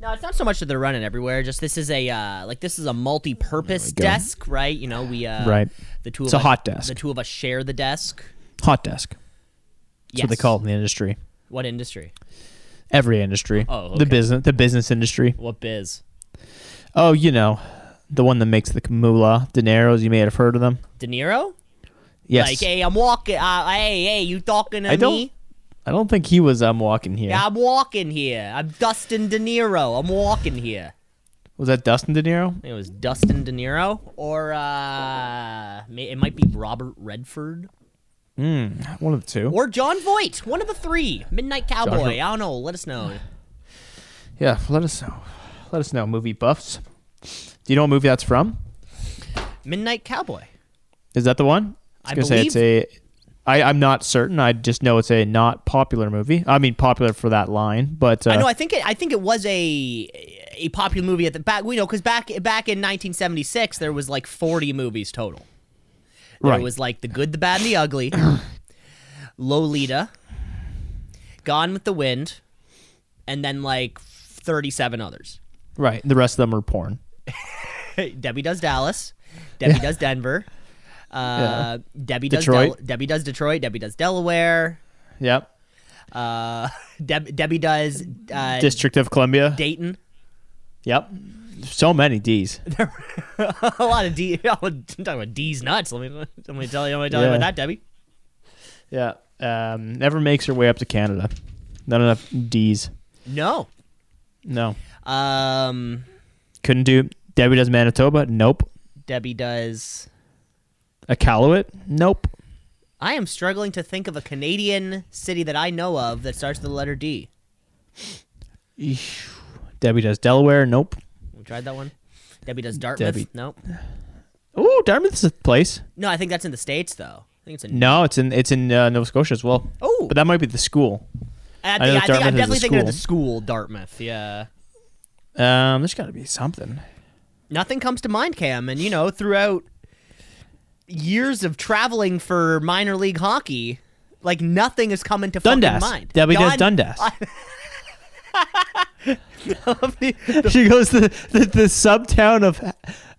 No, it's not so much that they're running everywhere. Just this is a uh, like this is a multi-purpose desk, right? You know, we uh, Right. The two It's of a us, hot desk. The two of us share the desk. Hot desk. That's yes. what they call it in the industry. What industry? Every industry. Oh, okay. The business the business industry. What biz? Oh, you know, the one that makes the moolah, dineros. You may have heard of them. De Niro? Yes. Like, hey, I'm walking. Uh, hey, hey, you talking to I me? don't. I don't think he was. um, walking here. Yeah, I'm walking here. I'm Dustin De Niro. I'm walking here. Was that Dustin De Niro? I think it was Dustin De Niro, or uh, may- it might be Robert Redford, One of the two. or John Voight. One of the three. Midnight Cowboy. I don't know. Let us know. Yeah. Let us know. Let us know, movie buffs. Do you know what movie that's from? Midnight Cowboy. Is that the one? I was gonna say it's a. I, I'm not certain. I just know it's a not popular movie. I mean, popular for that line, but uh, I know. I think it. I think it was a a popular movie at the back. We know because back back in 1976, there was like 40 movies total. There Right. was like The Good, the Bad, and the Ugly, Lolita, Gone with the Wind, and then like 37 others. right. The rest of them are porn. Debbie does Dallas. Debbie does Denver. Uh, Debbie does Detroit. Del- Debbie does Detroit. Debbie does Delaware. Yep. Uh, Deb- Debbie does uh, District of Columbia. Dayton. Yep. So many D's. a lot of D. I'm talking about D's nuts. Let me let me tell you. Let me tell you Yeah. about that, Debbie. Yeah. Um, never makes her way up to Canada. Not enough D's. No. No. Um. Couldn't do. Debbie does Manitoba. Nope. Debbie does. A Iqaluit. Nope. I am struggling to think of a Canadian city that I know of that starts with the letter D. Eesh. Debbie does Delaware. Nope. We tried that one. Debbie does Dartmouth. Debbie. Nope. Oh, Dartmouth's a place. No, I think that's in the states though. I think it's in. No, it's in it's in uh, Nova Scotia as well. Oh. but that might be the school. I know think, I think Dartmouth is I'm a definitely thinking of the school Dartmouth. Yeah. Um, there's got to be something. nothing comes to mind, Cam. And you know, throughout years of traveling for minor league hockey, like nothing is coming to Dundas. fucking mind. Debbie does Dun- Dundas. she goes to the, the subtown of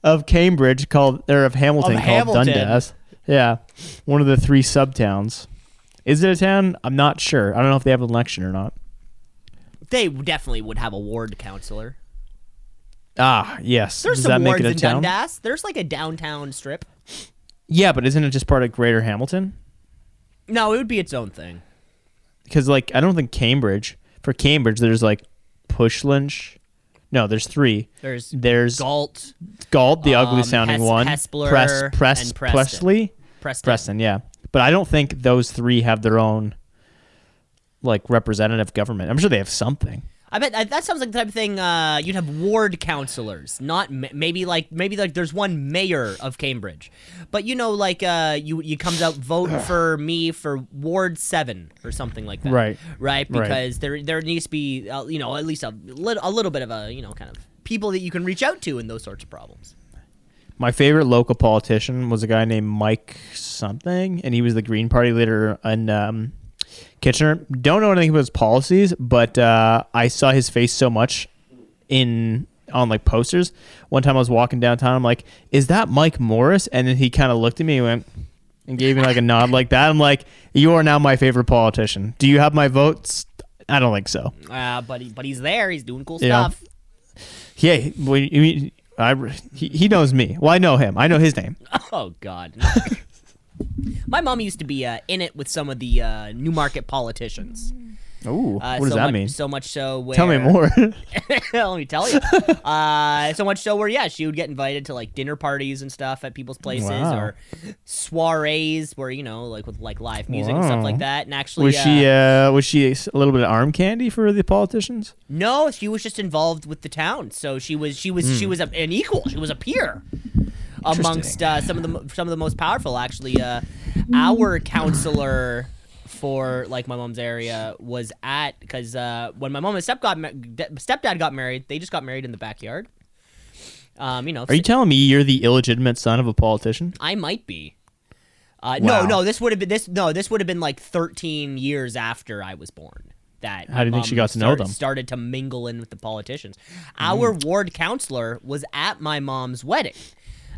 of Cambridge called or of Hamilton Of called Hamilton. Dundas. Yeah, one of the three subtowns. Is it a town? I'm not sure. I don't know if they have an election or not. they definitely would have a ward counselor. Ah, yes. There's Does some that make wards it a in town? Dundas. There's like a downtown strip. Yeah, but isn't it just part of Greater Hamilton? No, it would be its own thing. Because like I don't think Cambridge. For Cambridge, there's like Push Lynch. No, there's three. There's There's Galt, Galt, the ugly um, sounding Hes- one. Hespler, Press, Press, and Preston. Presley, Preston. Preston. Yeah, but I don't think those three have their own like representative government. I'm sure they have something. I bet I, that sounds like the type of thing uh, you'd have ward counselors, not ma- maybe like maybe like there's one mayor of Cambridge, but you know like uh, you you comes out vote for me for ward seven or something like that, Right. Right, Right. because there there needs to be uh, you know at least a little a little bit of a you know kind of people that you can reach out to in those sorts of problems. My favorite local politician was a guy named Mike something, and he was the Green Party leader in um, Kitchener. Don't know anything about his policies, but uh, I saw his face so much in on like posters. One time I was walking downtown, I'm like, "Is that Mike Morris?" And then he kind of looked at me and went and gave me like a nod like that. I'm like, "You are now my favorite politician. Do you have my votes?" I don't think so. Uh, but he, but he's there, he's doing cool Yeah. stuff. Yeah, he- well, you mean- I, he, he knows me. Well, I know him. I know his name. Oh God. My mom used to be uh, in it with some of the uh, Newmarket politicians. Ooh, Uh, what does so that much, mean? So much so where Tell me more. Let me tell you. Uh, so much so where yeah, she would get invited to like dinner parties and stuff at people's places Wow. or soirees where you know like with like live music and stuff Wow. like that. And actually, was uh, she uh, was she a little bit of arm candy for the politicians? no, she was just involved with the town. So she was she was she was a, an equal. She was a peer amongst uh, some of the mo- some of the most powerful. Actually, uh, our counselor for like my mom's area was at because uh, when my mom and step got ma- de- stepdad got married, they just got married in the backyard. Um, you know, Are you telling me you're the illegitimate son of a politician? I might be. Uh, Wow. No, no, this would have been this. No, this would have been like 13 years after I was born. that. How do you my think she mom got to know started- them? Hmm. Started to mingle in with the politicians. Our ward counselor was at my mom's wedding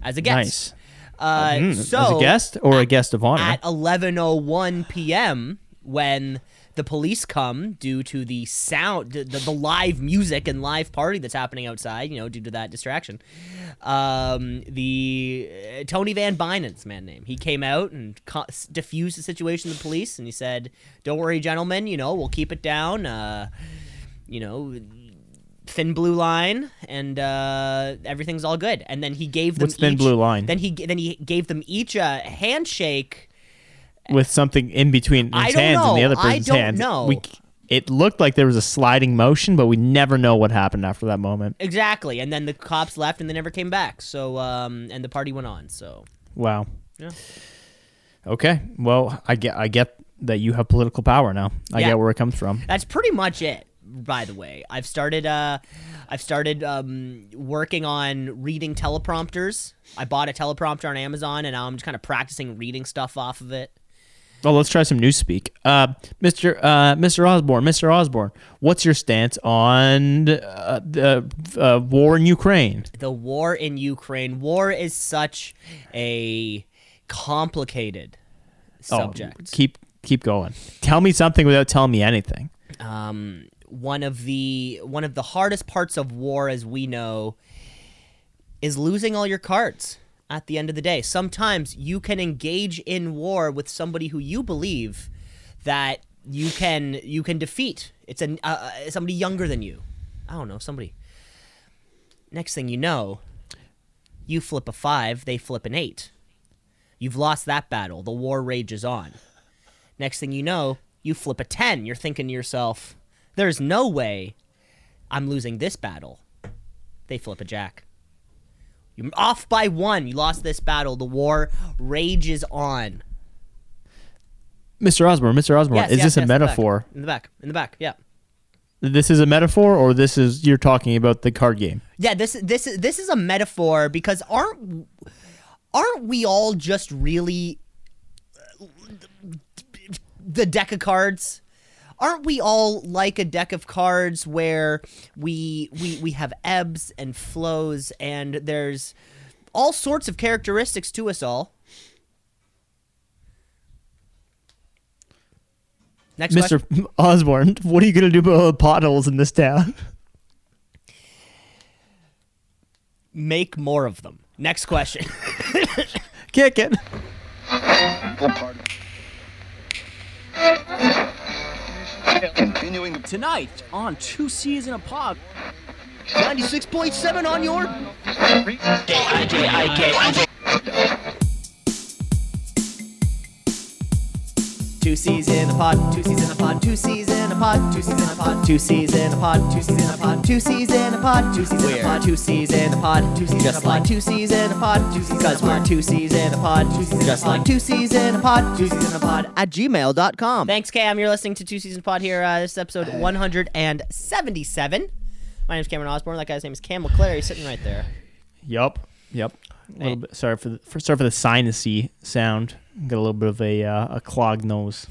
as a guest. Nice. Uh, Mm, so as a guest or a guest of honor. at 11:01 p.m. when the police come due to the sound the, the live music and live party that's happening outside, you know, due to that distraction. Um, the uh, Tony Van Binen's man name. He came out and co- s- diffused the situation to the police and he said, "Don't worry, gentlemen, you know, we'll keep it down. Uh, you know, thin blue line and uh, everything's all good." And then he gave them What's thin each- blue line? Then he then he gave them each a handshake with something in between his I don't hands and the know. other I person's don't hands. know. We, c- it looked like there was a sliding motion, but we never know what happened after that moment. Exactly, and then the cops left, and they never came back. So, um, and the party went on. So, Wow. Yeah. Okay. Well, I get I get that you have political power now. I Yeah. get where it comes from. that's pretty much it. By the way, I've started. Uh, I've started um, working on reading teleprompters. I bought a teleprompter on Amazon, and now I'm just kind of practicing reading stuff off of it. Well, let's try some newspeak. Uh, Mr. Uh, Mr. Osborne, Mr. Osborne, what's your stance on uh, the uh, war in Ukraine? the war in Ukraine. War is such a complicated subject. Oh, keep keep going. Tell me something without telling me anything. um, one of the one of the hardest parts of war, as we know, is losing all your cards at the end of the day. Sometimes you can engage in war with somebody who you believe that you can you can defeat. It's an uh, uh, somebody younger than you. I don't know somebody. Next thing you know, you flip a five, they flip an eight. You've lost that battle. The war rages on. Next thing you know, you flip a 10. You're thinking to yourself, there's no way I'm losing this battle. They flip a jack. You're off by one. You lost this battle. The war rages on. Mr. Osborne, Mr. Osborne, Yes, is yes, this yes, a in the back. metaphor? In the back. In the back. Yeah. This is a metaphor, or this is you're talking about the card game? Yeah, this this this is a metaphor because aren't aren't we all just really the deck of cards? Aren't we all like a deck of cards where we we we have ebbs and flows and there's all sorts of characteristics to us all. Next question. Mr. Osborne, what are you going to do about all the potholes in this town? Make more of them. Next question. Kick it. Continuing the Tonight on Two C's in a Pod. 96.7 on your Two C's in a pod, two C's in a pod, two C's in a pod, two C's in a pod, two C's in a pod, two C's in a pod, two C's in a pod, two C's in a pod, two C's in a pod, two C's in a pod, two C's in a pod, two C's because we're two C's in a pod, two C's just like two C's in a pod, two C's in a pod at gmail.com. Thanks, Cam. You're listening to Two C's in a Pod here. Uh, this is episode 177. My name's Cameron Osborne. That guy's name is Cam McClary, sitting right there. Yup. Yup. A little bit. Sorry for the for, sorry for the sinusy sound. Got a little bit of a uh, a clogged nose.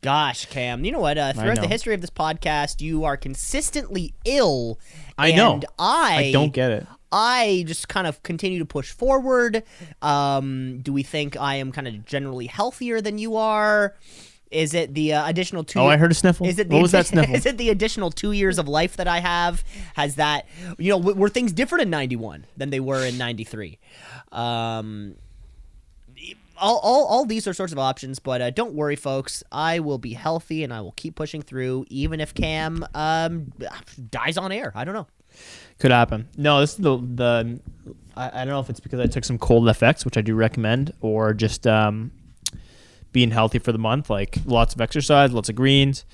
Gosh, Cam, you know what? Uh, throughout the know. history of this podcast, you are consistently ill. I know. And I, I don't get it. I just kind of continue to push forward. Um, do we think I am kind of generally healthier than you are? Is it the uh, additional two? Oh, I heard a sniffle. Is it the what was that addi- sniffle? Is it the additional two years of life that I have? Has that you know w- were things different in '91 than they were in '93? Um, all, all, all these are sorts of options, but uh, don't worry, folks. I will be healthy and I will keep pushing through, even if Cam um, dies on air. I don't know. Could happen. No, this is the the. I, I don't know if it's because I took some cold effects, which I do recommend, or just um, being healthy for the month, like lots of exercise, lots of greens,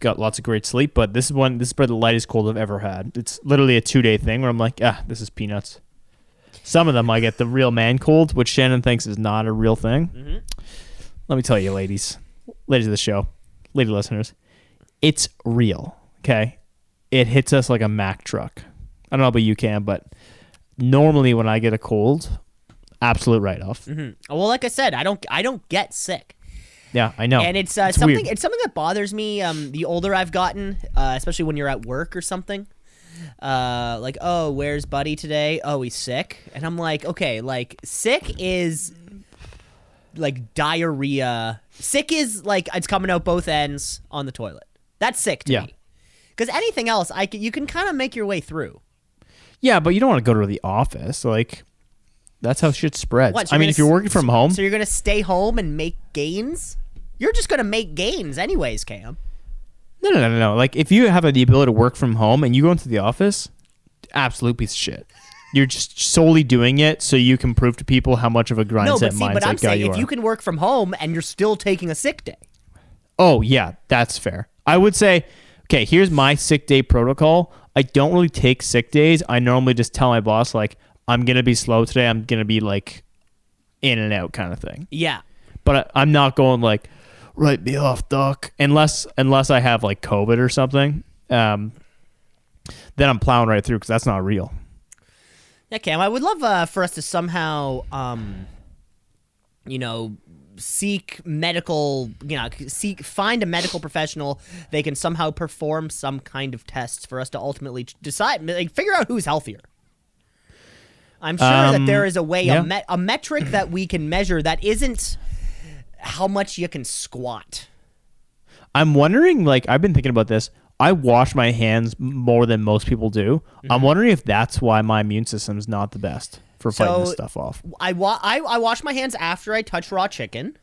got lots of great sleep. But this is one. This is probably the lightest cold I've ever had. It's literally a two day thing where I'm like, ah, this is peanuts. Some of them I get the real man cold, which Shannon thinks is not a real thing. Let me tell you, ladies, ladies of the show, lady listeners, it's real. Okay, it hits us like a Mack truck. I don't know about you, Cam, but normally when I get a cold, absolute write off. Mm-hmm. Hmm. Well, like I said, I don't I don't get sick. Yeah, I know. and it's, uh, It's something. Oh, weird. It's something that bothers me. Um, the older I've gotten, uh, especially when you're at work or something, uh, like, oh, where's Buddy today? Oh, he's sick, and I'm like, okay, like sick is like diarrhea. Sick is like it's coming out both ends on the toilet. That's sick to Yeah. me. Because anything else, I c- you can kind of make your way through. yeah, but you don't want to go to the office. Like, that's how shit spreads. What, so I you're mean, gonna if you're s- working from home, So you're gonna stay home and make gains. You're just gonna make gains anyways, Cam. no, no, no, no, no. Like, if you have the ability to work from home and you go into the office, absolute piece of shit. You're just solely doing it so you can prove to people how much of a grind No, set but see, mindset but I'm guy saying you if are. you can work from home and you're still taking a sick day, Oh yeah, that's fair. I would say, okay, here's my sick day protocol. I don't really take sick days. I normally just tell my boss like I'm gonna be slow today. I'm gonna be like in and out kind of thing. yeah, But I, I'm not going like write me off, doc. Unless unless I have like COVID or something, um, then I'm plowing right through because that's not real. yeah, Cam. I would love uh, for us to somehow, um, you know, seek medical, you know, seek find a medical professional. They can somehow perform some kind of tests for us to ultimately ch- decide, like, figure out who's healthier. I'm sure that Um, there is a way, yeah. a, met, a metric that we can measure that isn't how much you can squat. I'm wondering, like, I've been thinking about this. I wash my hands more than most people do. I'm wondering if that's why my immune system's not the best for fighting this So- stuff off. I, wa- I, I wash my hands after I touch raw chicken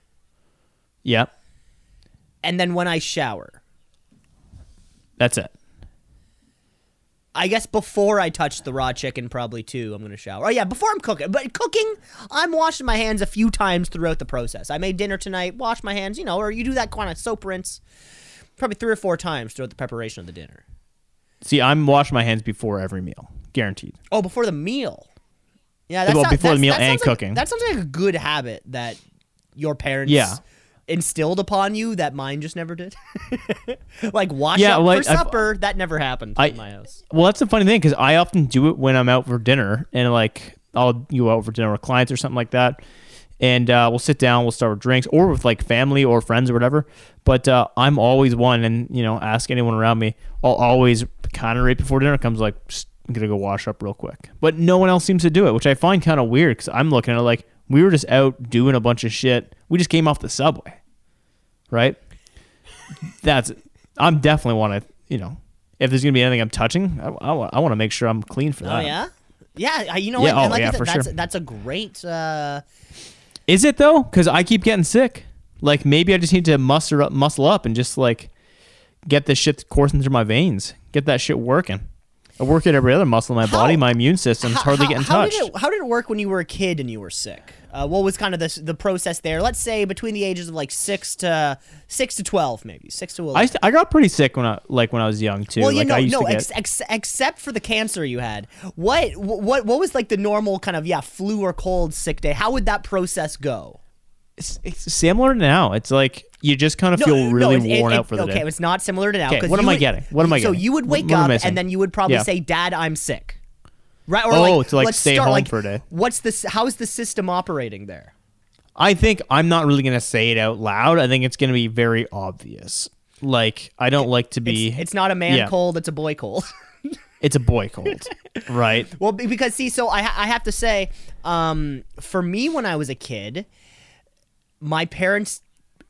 Yeah, and then when I shower. that's it. I guess before I touch the raw chicken, probably too, I'm going to shower. Oh, yeah, before I'm cooking. But cooking, I'm washing my hands a few times throughout the process. I made dinner tonight, wash my hands, you know, or you do that kind of soap rinse probably three or four times throughout the preparation of the dinner. See, I'm washing my hands before every meal, guaranteed. Oh, before the meal. Yeah, that's Well, not, before the that's- meal that and sounds like- cooking. That sounds like a good habit that your parents Yeah. instilled upon you that mine just never did. like wash Yeah, up well, for I've- supper, that never happened I- in my house. Well, that's the funny thing because I often do it when I'm out for dinner and like I'll go out for dinner with clients or something like that, and uh, we'll sit down, we'll start with drinks or with like family or friends or whatever. But uh, I'm always one, and you know, ask anyone around me. I'll always kind of right before dinner comes, like "Psst, I'm gonna go wash up real quick. But no one else seems to do it, which I find kind of weird because I'm looking at it like we were just out doing a bunch of shit. We just came off the subway, right? that's I'm definitely want to you know if there's gonna be anything I'm touching, I, want to make sure I'm clean for that. Oh yeah, yeah. I- You know Yeah, what? oh, and like I yeah, said, for that's, sure. that's a great. Uh, Is it though? Because I keep getting sick. Like maybe I just need to muster up, muscle up, and just like get this shit coursing through my veins, get that shit working. I work at every other muscle in my How- body. My immune system's how- hardly how- getting how touched. Did it, how did it work when you were a kid and you were sick? Uh, what was kind of the s- the process there? Let's say between the ages of like six to six to twelve, maybe six to eleven. I, st- I got pretty sick when I like when I was young too. Well, like you know, I used no, to get ex- ex- except for the cancer you had. What, wh- what, what was like the normal kind of yeah flu or cold sick day? How would that process go? it's, it's similar now. It's like you just kind of No, feel no, really it- worn it- out for the okay, day. it's not similar to now. Okay, 'cause what you am I would- getting? What am I So getting? you would What- wake what am I up missing? and then you would probably Yeah. say, "Dad, I'm sick." Right? Or Oh, like, to, like, let's stay start, home like, for a day. What's the s- how's the system operating there? I think I'm not really going to say it out loud. I think it's going to be very obvious. Like I don't like to be. It's not a man Yeah. cold; it's a boy cold. It's a boy cold, right? Well, be- because see, so I, ha- I have to say, um, for me when I was a kid, my parents,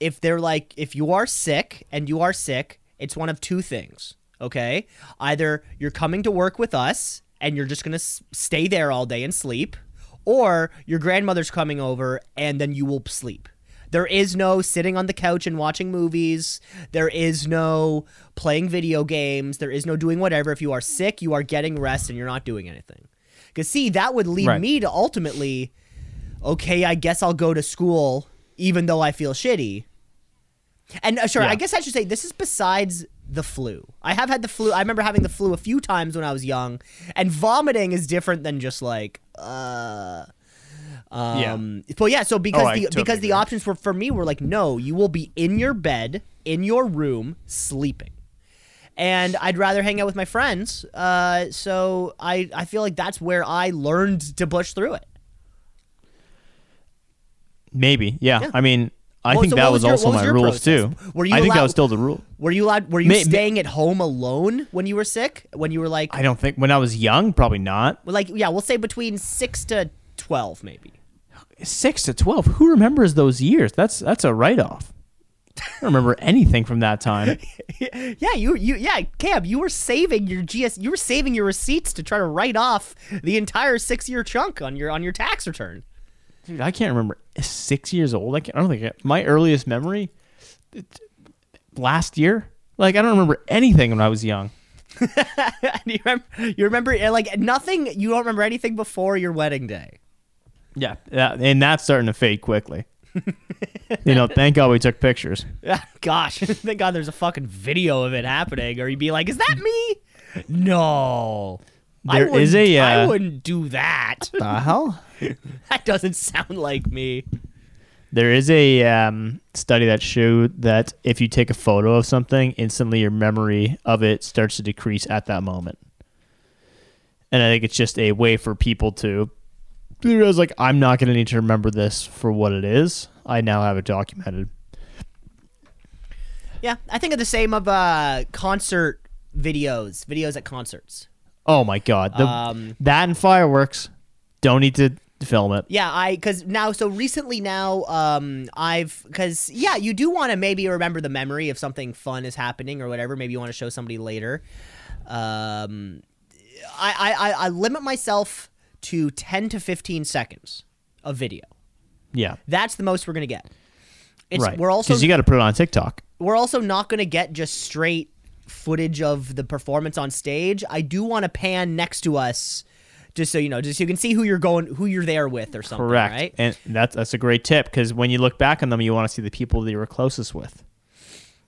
if they're like, if you are sick and you are sick, it's one of two things. Okay, either you're coming to work with us and you're just gonna s- stay there all day and sleep, or your grandmother's coming over and then you will sleep. There is no sitting on the couch and watching movies. There is no playing video games. There is no doing whatever. If you are sick, you are getting rest and you're not doing anything. Because, see, that would lead Right. me to ultimately, okay, I guess I'll go to school even though I feel shitty. And uh, sure, Yeah. I guess I should say this is besides the flu. I have had the flu. I remember having the flu a few times when I was young, and vomiting is different than just like, uh, um, yeah. But yeah, so because Oh, I the totally because the agree. options were for me were like, no, you will be in your bed, in your room, sleeping. And I'd rather hang out with my friends. Uh, so I, I feel like that's where I learned to push through it. Maybe, yeah. I mean, I Well, think so that what was was, your- also what was my your rule process? too. Were you I think that allowed- was still the rule. Were you allowed? Were you May- may- staying at home alone when you were sick? When you were like, I don't think when I was young, probably not. well, like yeah, we'll say between six to twelve, maybe. Six to twelve. Who remembers those years? That's that's a write off. I don't remember anything from that time. Yeah, you, you, yeah, Cam, you were saving your GS, you were saving your receipts to try to write off the entire six-year chunk on your on your tax return. Dude, I can't remember. Six years old. I, can't, I don't think I, my earliest memory it- last year. Like I don't remember anything when I was young. And you remember, you remember, uh, like nothing. You don't remember anything before your wedding day. Yeah, that, and that's starting to fade quickly. you know, thank God we took pictures. Ah, Gosh, thank God there's a fucking video of it happening, or you'd be like, "Is that me?" No, I There is wouldn't- a, I uh, wouldn't do that. The hell? that doesn't sound like me. There is a um, study that showed that if you take a photo of something, instantly your memory of it starts to decrease at that moment. And I think it's just a way for people to realize, like, I'm not going to need to remember this for what it is. I now have it documented. Yeah, I think of the same of uh concert videos, videos at concerts. Oh my God. The, Um, that and fireworks. Don't need to film it. Yeah, I because now so recently now um I've because yeah you do want to maybe remember the memory if something fun is happening or whatever maybe you want to show somebody later. Um, I, I I I limit myself to ten to fifteen seconds of video. Yeah. That's the most we're gonna get. It's right. we're also Because you got to put it on TikTok. we're also not going to get just straight footage of the performance on stage. I do want to pan next to us just so you know, just so you can see who you're going, who you're there with or something, Correct. right? And that's that's a great tip because when you look back on them, you want to see the people that you were closest with,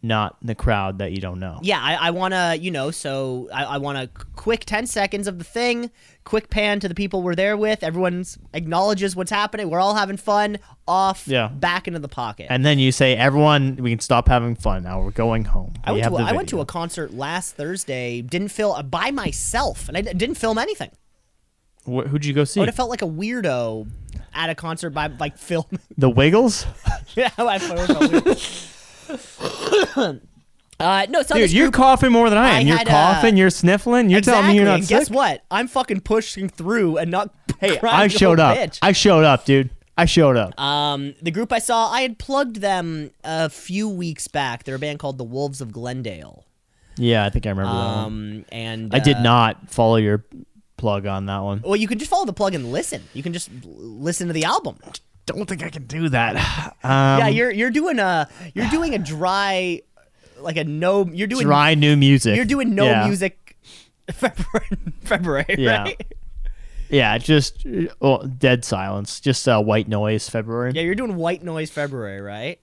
not the crowd that you don't know. yeah, I, I want to, you know, so I, I want a quick 10 seconds of the thing, quick pan to the people we're there with. Everyone's acknowledges what's happening. We're all having fun off, Yeah. back into the pocket. And then you say, "Everyone, we can stop having fun now. We're going home." I We went, have to a, the I went to video." a concert last Thursday, didn't film uh, by myself, and I d- didn't film anything. Wh- who'd you go I see? would have felt like a weirdo at a concert by like film. the Wiggles, yeah, I would have felt weird. uh, no, so dude. this You're group- coughing more than I I am. You're had, uh, coughing. You're sniffling. You're exactly. telling me you're not and guess sick. what? I'm fucking pushing through and not. Hey, I showed up. I showed up, dude. I showed up. um, the group I saw, I had plugged them a few weeks back. They're a band called the Wolves of Glendale. yeah, I think I remember that. One. Um, and I did uh, Oh, not follow your plug on that one. Well, you can just follow the plug and listen. You can just l- listen to the album. Don't think I can do that. yeah, Um, you're you're doing a you're doing a dry, like a no. You're doing dry new music. You're doing no Yeah. music February, February Yeah. right? Yeah, just uh, well, dead silence, just uh, white noise. February. Yeah, you're doing white noise February, right?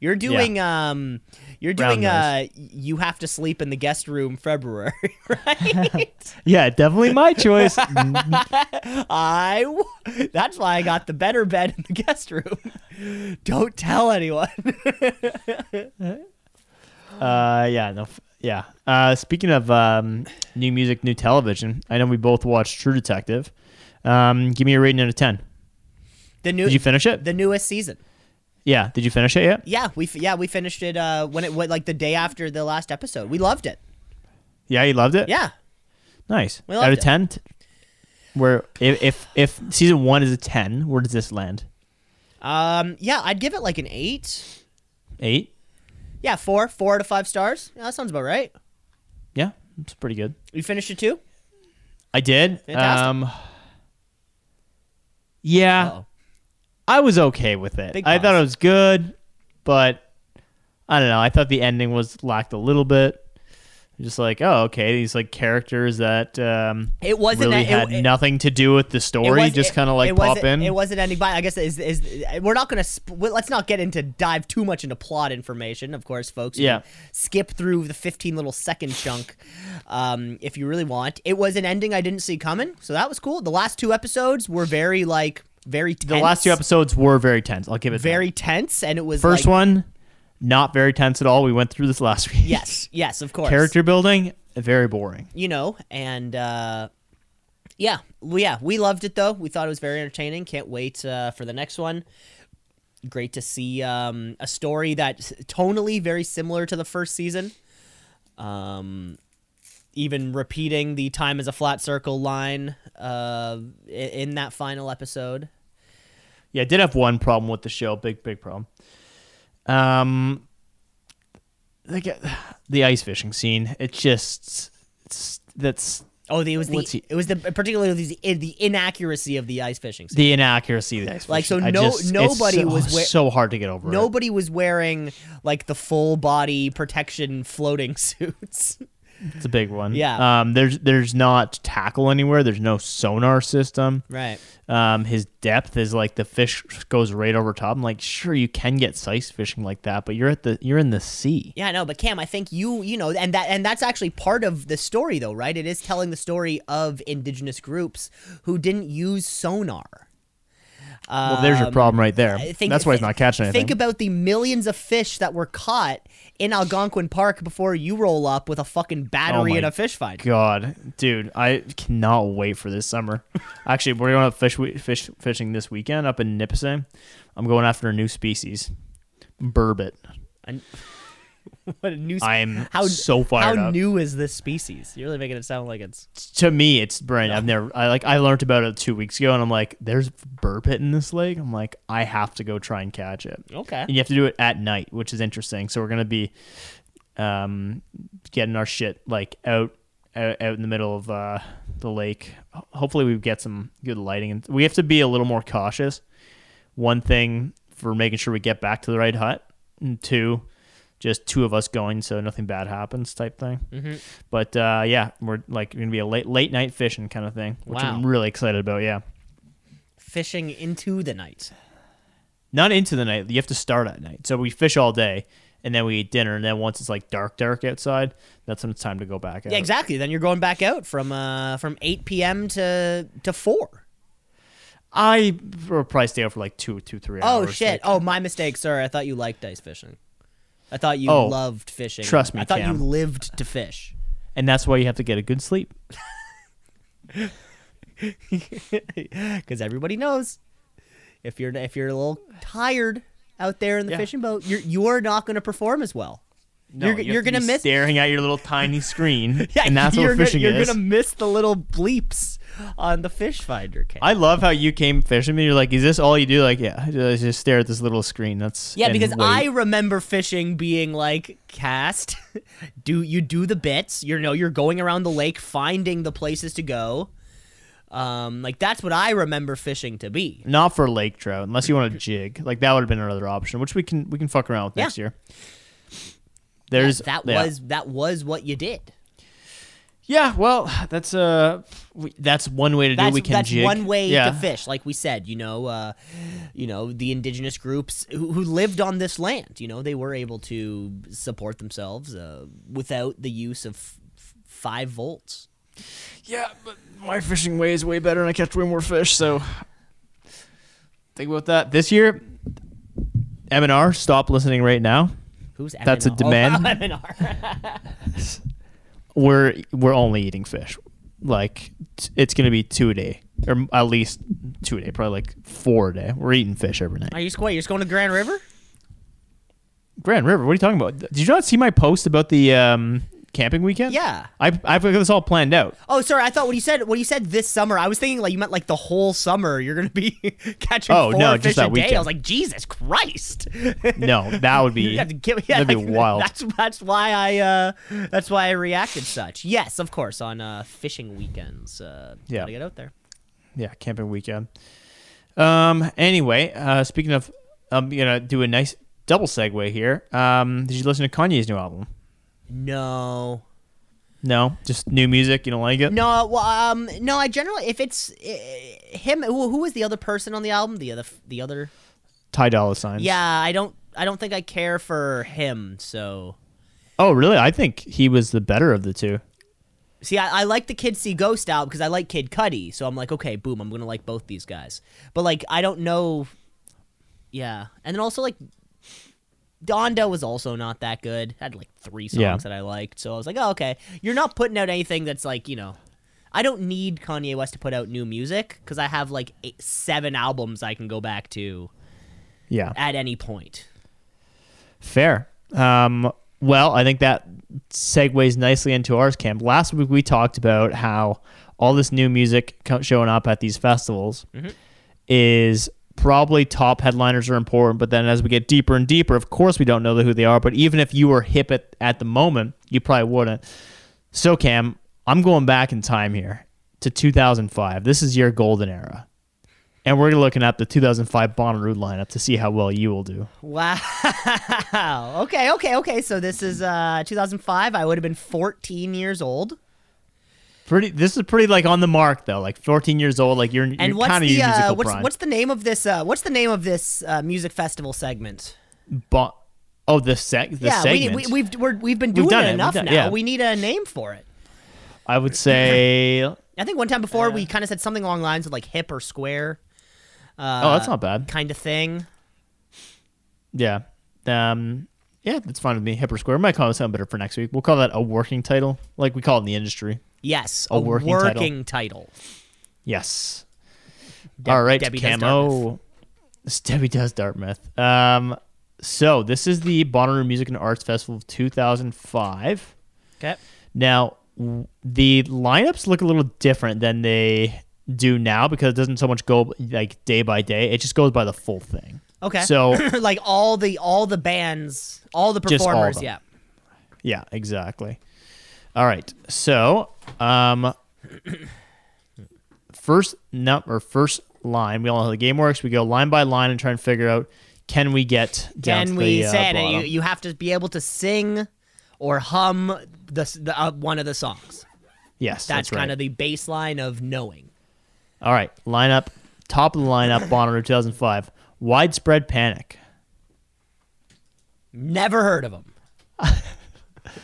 You're doing um you're Brown doing uh you have to sleep in the guest room February, right? Yeah, definitely my choice. Mm, I w- that's why I got the better bed in the guest room. Don't tell anyone. uh, yeah, no, f- yeah. Uh, speaking of um, new music, new television, I know we both watched True Detective. Um, give me a rating out of ten. The new Did you finish it? the newest season. yeah. Did you finish it yet? Yeah, we f- yeah, we finished it uh when it went like the day after the last episode. We loved it. Yeah, you loved it. Yeah. Nice. We Out loved of it. ten, t- where if, if if season one is a ten, where does this land? Um yeah, I'd give it like an 8. Eight. Yeah, four, four out of five stars. Yeah, that sounds about right. Yeah, it's pretty good. You finished it too. I did. Fantastic. Um, yeah. Uh-oh. I was okay with it. Big I thought pause. it was good, but I don't know. I thought the ending was lacked a little bit. Just like, oh, okay, these like characters that um, It wasn't really a- it- had it- nothing to do with the It story. was- just it- kind of like it pop wasn't- in. It wasn't ending by. I guess is is we're not gonna. Sp- well, let's not get into dive too much into plot information, of course, folks. You Yeah. can Skip through the fifteen little second chunk, um, if you really want. It was an ending I didn't see coming, so that was cool. The last two episodes were very like very tense. the last two episodes were very tense. I'll give it. Very very tense, and it was first like- one, not very tense at all. We went through this last week. Yes, yes, of course. Character building, very boring. you know, and uh, yeah, well, yeah, we loved it though. We thought it was very entertaining. Can't wait uh, for the next one. great to see um, a story that's tonally very similar to the first season. Um, even repeating the time is a flat circle line uh, i- in that final episode. Yeah, I did have one problem with the show. Big, big problem. Um, like uh, the ice fishing scene. It's just it's, that's Oh, the, it was the What's he- it was the particularly the, the inaccuracy of the ice fishing. Scene. the inaccuracy of the ice Like, fishing. so I no- just- nobody it's so, was wea- so hard to get over. it. Nobody was wearing like the full body protection floating suits. It's a big one. Yeah. Um, there's there's not tackle anywhere. There's no sonar system. right. Um, his depth is like the fish goes right over top. I'm like, sure, you can get ice fishing like that, but you're at the you're in the sea. Yeah, no, but Cam, I think you, you know, and that and that's actually part of the story though, right? It is telling the story of indigenous groups who didn't use sonar. Well, there's your problem right there. Um, I think- That's why he's not catching anything. Think about the millions of fish that were caught in Algonquin Park before you roll up with a fucking battery Oh my and a fish find. God, dude, I cannot wait for this summer. Actually, we're going to fish fish fishing this weekend up in Nipissing. I'm going after a new species, burbot. What a new spe- I'm how so fired How up. new is this species? You're really making it sound like it's to me, it's brand. I've never. I like. I learned about it two weeks ago, and I'm like, "There's burbot in this lake." I'm like, "I have to go try and catch it." okay. And you have to do it at night, which is interesting. So we're gonna be, um, getting our shit like out out, out in the middle of uh, the lake. Ho- Hopefully, we get some good lighting, and we have to be a little more cautious. One thing for making sure we get back to the right hut, and two, just two of us going so nothing bad happens type thing. But uh, yeah, we're like gonna be a late late night fishing kind of thing, which I'm Wow. really excited about. Yeah, Fishing into the night. not into the night. You have to start at night. So we fish all day, and then we eat dinner, and then once it's like dark, dark outside, that's when it's time to go back out. Yeah, exactly. Then you're going back out from uh from 8 p.m. to to 4. I will probably stay out for like two, two, three Oh hours. shit! like- Oh, my mistake. Sorry, I thought you liked ice fishing. I thought you Oh, loved fishing. trust me, I thought Cam. you lived to fish. and that's why you have to get a good sleep. Because everybody knows, if you're if you're a little tired out there in the Yeah. fishing boat, you're you're not going to perform as well. you're you have you're to be going to miss. staring at your little tiny screen, and that's you're what fishing gonna, You're is. going to miss the little bleeps on the fish finder. Cam. I love how you came fishing me. You're like, is this all you do? Like, yeah, I just stare at this little screen. That's Yeah, and because wait. I remember fishing being like cast. do you do the bits? You know, you're going around the lake finding the places to go. Um, like that's what I remember fishing to be. not for lake trout unless you want to jig. Like that would have been another option, which we can we can fuck around with Yeah. next year. There's that yeah. was that was what you did. Yeah, well, that's uh, we, that's one way to do. it. That's, We can that's jig. one way yeah. to fish, like we said. You know, uh, you know the indigenous groups who, who lived on this land. You know, they were able to support themselves uh, without the use of f- f- five volts. Yeah, but my fishing way is way better, and I catch way more fish. So think about that this year. M and R, stop listening right now. Who's That's a MNR? demand. Oh, MNR. We're we're only eating fish. Like t- it's gonna be two a day, or at least two a day, probably like four a day. We're eating fish every night. Are you just wait, You're just going to the Grand River? Grand River, what are you talking about? Did you not see my post about the um, camping weekend? Yeah. I I've got this all planned out. Oh, sorry. I thought when you said when you said this summer, I was thinking like you meant like the whole summer. You're gonna be catching Oh, four no, fish just a that day. weekend. I was like, Jesus Christ. No, that would be You have to give- that'd be like, wild. That's that's why I uh, that's why I reacted such. Yes, of course, on uh, fishing weekends. Uh, Yeah. gotta get out there. Yeah, camping weekend. Um. Anyway, uh, speaking of, I'm gonna do a nice double segue here. Um, did you listen to Kanye's new album? No, No, just new music. You don't like it? no, well, um, no. I generally, if it's uh, him, who, who was the other person on the album? The other, the other. Ty Dolla Sign. Yeah, I don't, I don't think I care for him. So Oh, really? I think he was the better of the two. See, I, I like the Kid See Ghost album because I like Kid Cudi, so I'm like, okay, boom, I'm gonna like both these guys. But like, I don't know. Yeah, and then also like, Donda was also not that good. I had like three songs Yeah. that I liked, so I was like, oh, okay, you're not putting out anything that's like, you know, I don't need Kanye West to put out new music because I have like eight, seven albums I can go back to Yeah. at any point. Fair. Um, well, I think that segues nicely into ours, Cam. Last week we talked about how all this new music co- showing up at these festivals is probably top headliners are important, but then as we get deeper and deeper, of course we don't know who they are. But even if you were hip at, at the moment, you probably wouldn't. So, Cam, I'm going back in time here to 2005. This is your golden era. And we're looking at the 2005 Bonnaroo lineup to see how well you will do. Wow. Okay, okay, okay. So this is uh 2005. I would have been 14 years old. pretty. This is pretty like on the mark though. Like 14 years old. Like you're, And you're what's kind of the your musical uh, what's prime. what's the name of this uh what's the name of this uh, music festival segment? Bo- oh, the sec. The yeah, segment. we, we we've we're, we've been doing done it it, we've enough done- now. yeah. We need a name for it. I would say. oh, I think one time before we kind of said something along the lines of like hip or square that's not bad. kind of thing. Yeah. Um. Yeah, that's fine with me. Hip or square. We might call it something better for next week. We'll call that a working title, like we call it in the industry. Yes, A a working working, title. title. Yes. Deb- All right, Debbie does Dartmouth. Camo. This Debbie does Dartmouth. Um. So this is the Bonnaroo Music and Arts Festival of 2005. Okay. Now, w- the lineups look a little different than they do now because it doesn't so much go like day by day. It just goes by the full thing. Okay. So- like all the all the bands, all the Just all of performers, them. yeah. Yeah, exactly. All right. So, um, first num or first line. We all know how the game works. We go line by line and try and figure out can we get down Can to we the, uh, say it? And bottom. you, you have to be able to sing or hum the, s- the uh, one of the songs. yes, That's, right. kind of the baseline of knowing. all right. Lineup top of the lineup. Bonnaroo 2005. Widespread panic. Never heard of them.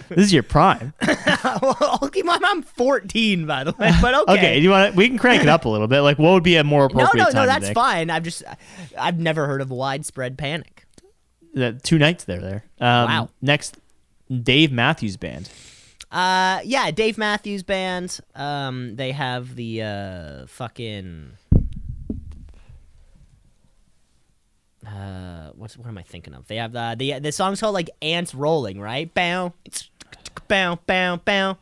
This is your prime. well, keep on- I'm 14 by the way, but okay. Okay, do you want to, we can crank it up a little bit. Like, what would be a more no, appropriate no, time? no, you that's think? fine. I've just I've never heard of widespread panic. That- two nights there, there. Um, Wow. Next, Dave Matthews Band. Uh, yeah, Dave Matthews Band. Um, they have the uh fucking. Uh, what's what am I thinking of? They have the the the song's called like "Ants Rolling," right? Bow, bow, bow, bow,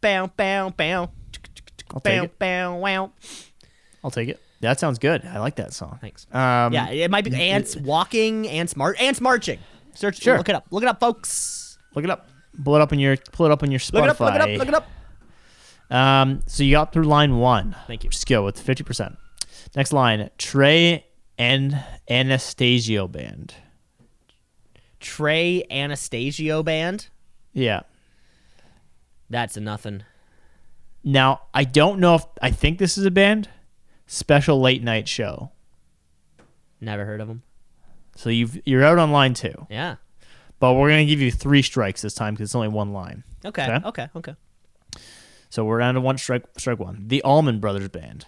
bow, bow, bow, I'll take bow, it. bow, wow. I'll take it. That sounds good. I like that song. Thanks. Um, Yeah, it might be ants walking, ants march, ants marching. Search, Sure. look it up, look it up, folks. Look it up. Pull it up on your pull it up on your Look Spotify. it up, look it up, look it up. Um, so you got through line one. Thank you. Just go with fifty percent. Next line, Trey and Anastasio Band. Trey Anastasio Band. Yeah. That's a nothing. Now I don't know if I think this is a band. Special late night show. Never heard of them. So you've you're out on line two. Yeah. But we're going to give you three strikes this time because it's only one line. Okay. Okay. Okay. Okay. So we're down to one strike. Strike one. The Allman Brothers Band.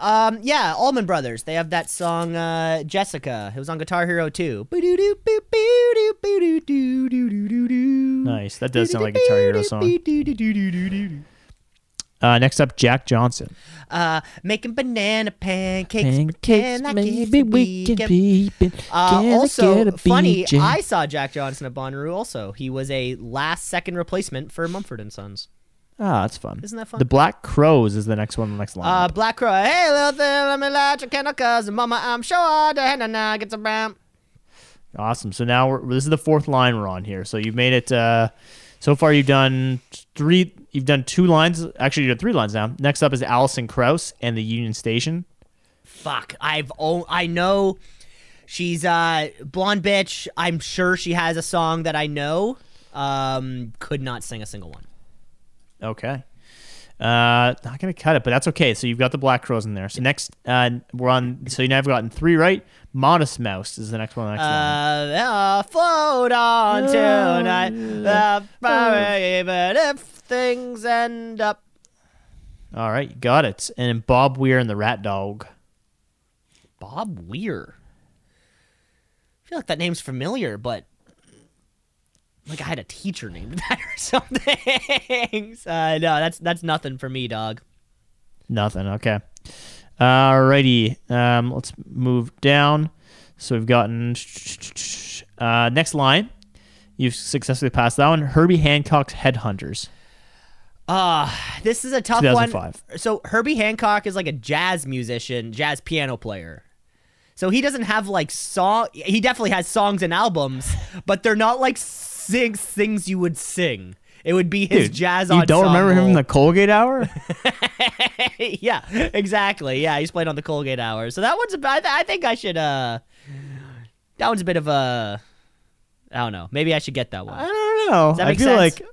Um, yeah, Allman Brothers. They have that song uh, Jessica. It was on Guitar Hero 2. Boo-doo-doo, boo-boo-doo, boo-doo-doo, doo-doo-doo-doo. Nice. That does sound like a Guitar Hero song. Boo-doo-doo-doo-doo-doo-doo-doo. Uh, next up, Jack Johnson. Uh, making banana pancakes. Pancakes, pretend like it's the maybe we can weekend. be. Uh, also, funny, I saw Jack Johnson at Bonnaroo. Also, he was a last-second replacement for Mumford and Sons. Ah, that's fun. Isn't that fun? The Black Crows is the next one. The next line. Uh, Black Crow. Hey, little thing, let me light your candle, cause mama, I'm sure the hand and I get some ram. awesome. So now we're, this is the fourth line we're on here. So you've made it. Uh, so far, you've done three. You've done two lines. Actually, you did three lines now. Next up is Allison Krauss and the Union Station. Fuck, I've oh, I know she's uh blonde bitch. I'm sure she has a song that I know. Um, could not sing a single one. Okay. Uh, not gonna cut it, but that's okay. So you've got the Black Crows in there. So next, uh, we're on. So you now have gotten three right. Modest Mouse is the next one. The next Uh, one. uh float on tonight, uh, but if things end up, All right, got it. And Bob Weir and the Rat Dog. Bob Weir. I feel like that name's familiar, but like I had a teacher named that or something. uh, no, that's that's nothing for me, dog. Nothing. Okay. Alrighty, um, let's move down. So we've gotten uh, next line. You've successfully passed that one. Herbie Hancock's Headhunters. This is a tough one. 2005. So Herbie Hancock is like a jazz musician, jazz piano player. So he doesn't have like song. He definitely has songs and albums, but they're not like sing things you would sing. It would be his jazz. You don't remember him in the ensemble. Colgate Hour? yeah, exactly. Yeah, he's played on the Colgate Hour. So that one's. A, I, th- I think I should. uh That one's a bit of a. I don't know. Maybe I should get that one. I don't know. that I make feel sense? like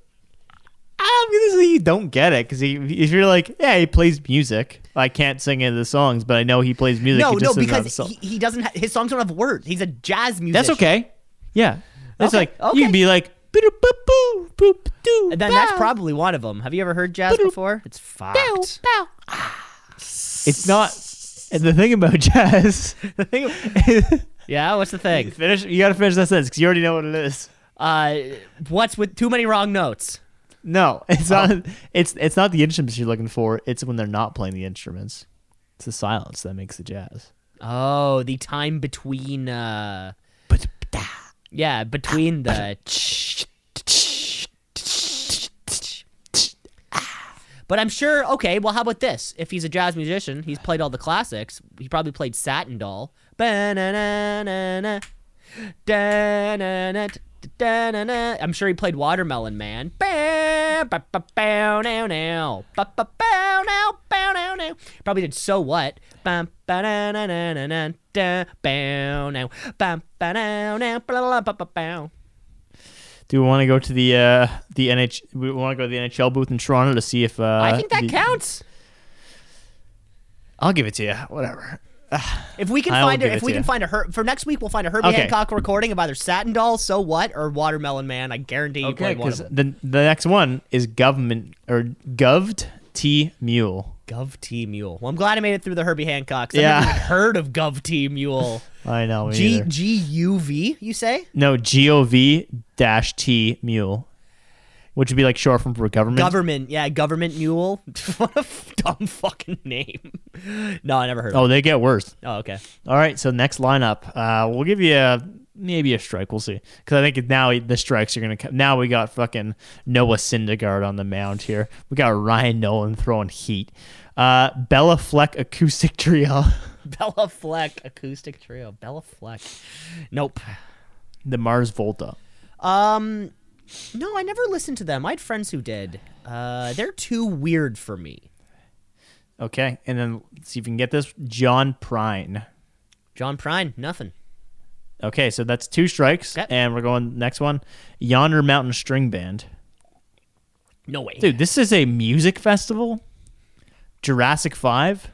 I'm gonna say you don't get it because if you're like, yeah, he plays music. I can't sing any of the songs, but I know he plays music. no, it no, just doesn't have because the song. he, he doesn't. Ha- his songs don't have words. He's a jazz musician. that's okay. Yeah, that's Okay, like okay. you can be like, "Boo-doo-boo-boo, boop-doo, And then that's bow, probably one of them. Have you ever heard jazz before? It's bow, fucked. bow." It's not. and The thing about jazz, the thing, Yeah, what's the thing? finish. You gotta finish that sentence because you already know what it is. Uh, what's with too many wrong notes? No, it's Oh. not. It's it's not the instruments you're looking for. It's when they're not playing the instruments. It's the silence that makes the jazz. Oh, the time between. Uh, yeah, between the. But I'm sure. Okay, well, how about this? If he's a jazz musician, he's played all the classics. He probably played Satin Doll. Ba-na-na-na-na. Da-na-na, da-na-na. I'm sure he played Watermelon Man. Ba- ba- ba- bow, now, now. Ba- ba- bow, now, bow, now, now. Probably did So What. Bum, ba-na-na-na-na-na, da, bow, now. Bum, ba-now, now, blah, blah, blah, ba- bow. Do we want to go to the uh, the NH? We want to go to the NHL booth in Toronto to see if. Uh, I think that the- counts. I'll give it to you. Whatever. If we can I will find give a, it if to we can you. find a her for next week, we'll find a Herbie Okay. Hancock recording of either Satin Doll, So What, or Watermelon Man. I guarantee you Okay, played one of because them. the the next one is government or goved T mule. Gov T Mule. Well, I'm glad I made it through the Herbie Hancock. 'cause I've Yeah. never even heard of Gov T Mule. I know. me G neither. G U V. You say no, G O V dash T mule, which would be like short form for government. government? Yeah, government mule. what a f- dumb fucking name. no, I never heard. Of it. oh, they get worse. Oh, okay. All right, so next lineup, uh, we'll give you a, maybe a strike. We'll see, because I think now the strikes are gonna. come. Now we got fucking Noah Syndergaard on the mound here. We got Ryan Nolan throwing heat. Uh, Bella Fleck acoustic trio, Bella Fleck acoustic trio. Bella Fleck. Nope. the Mars Volta. Um, no, I never listened to them. I had friends who did. Uh, they're too weird for me. Okay, and then let's see if you can get this John Prine. John Prine, nothing. Okay, so that's two strikes, Okay. and we're going next one. Yonder Mountain String Band. No way. Dude, this is a music festival. Jurassic Five.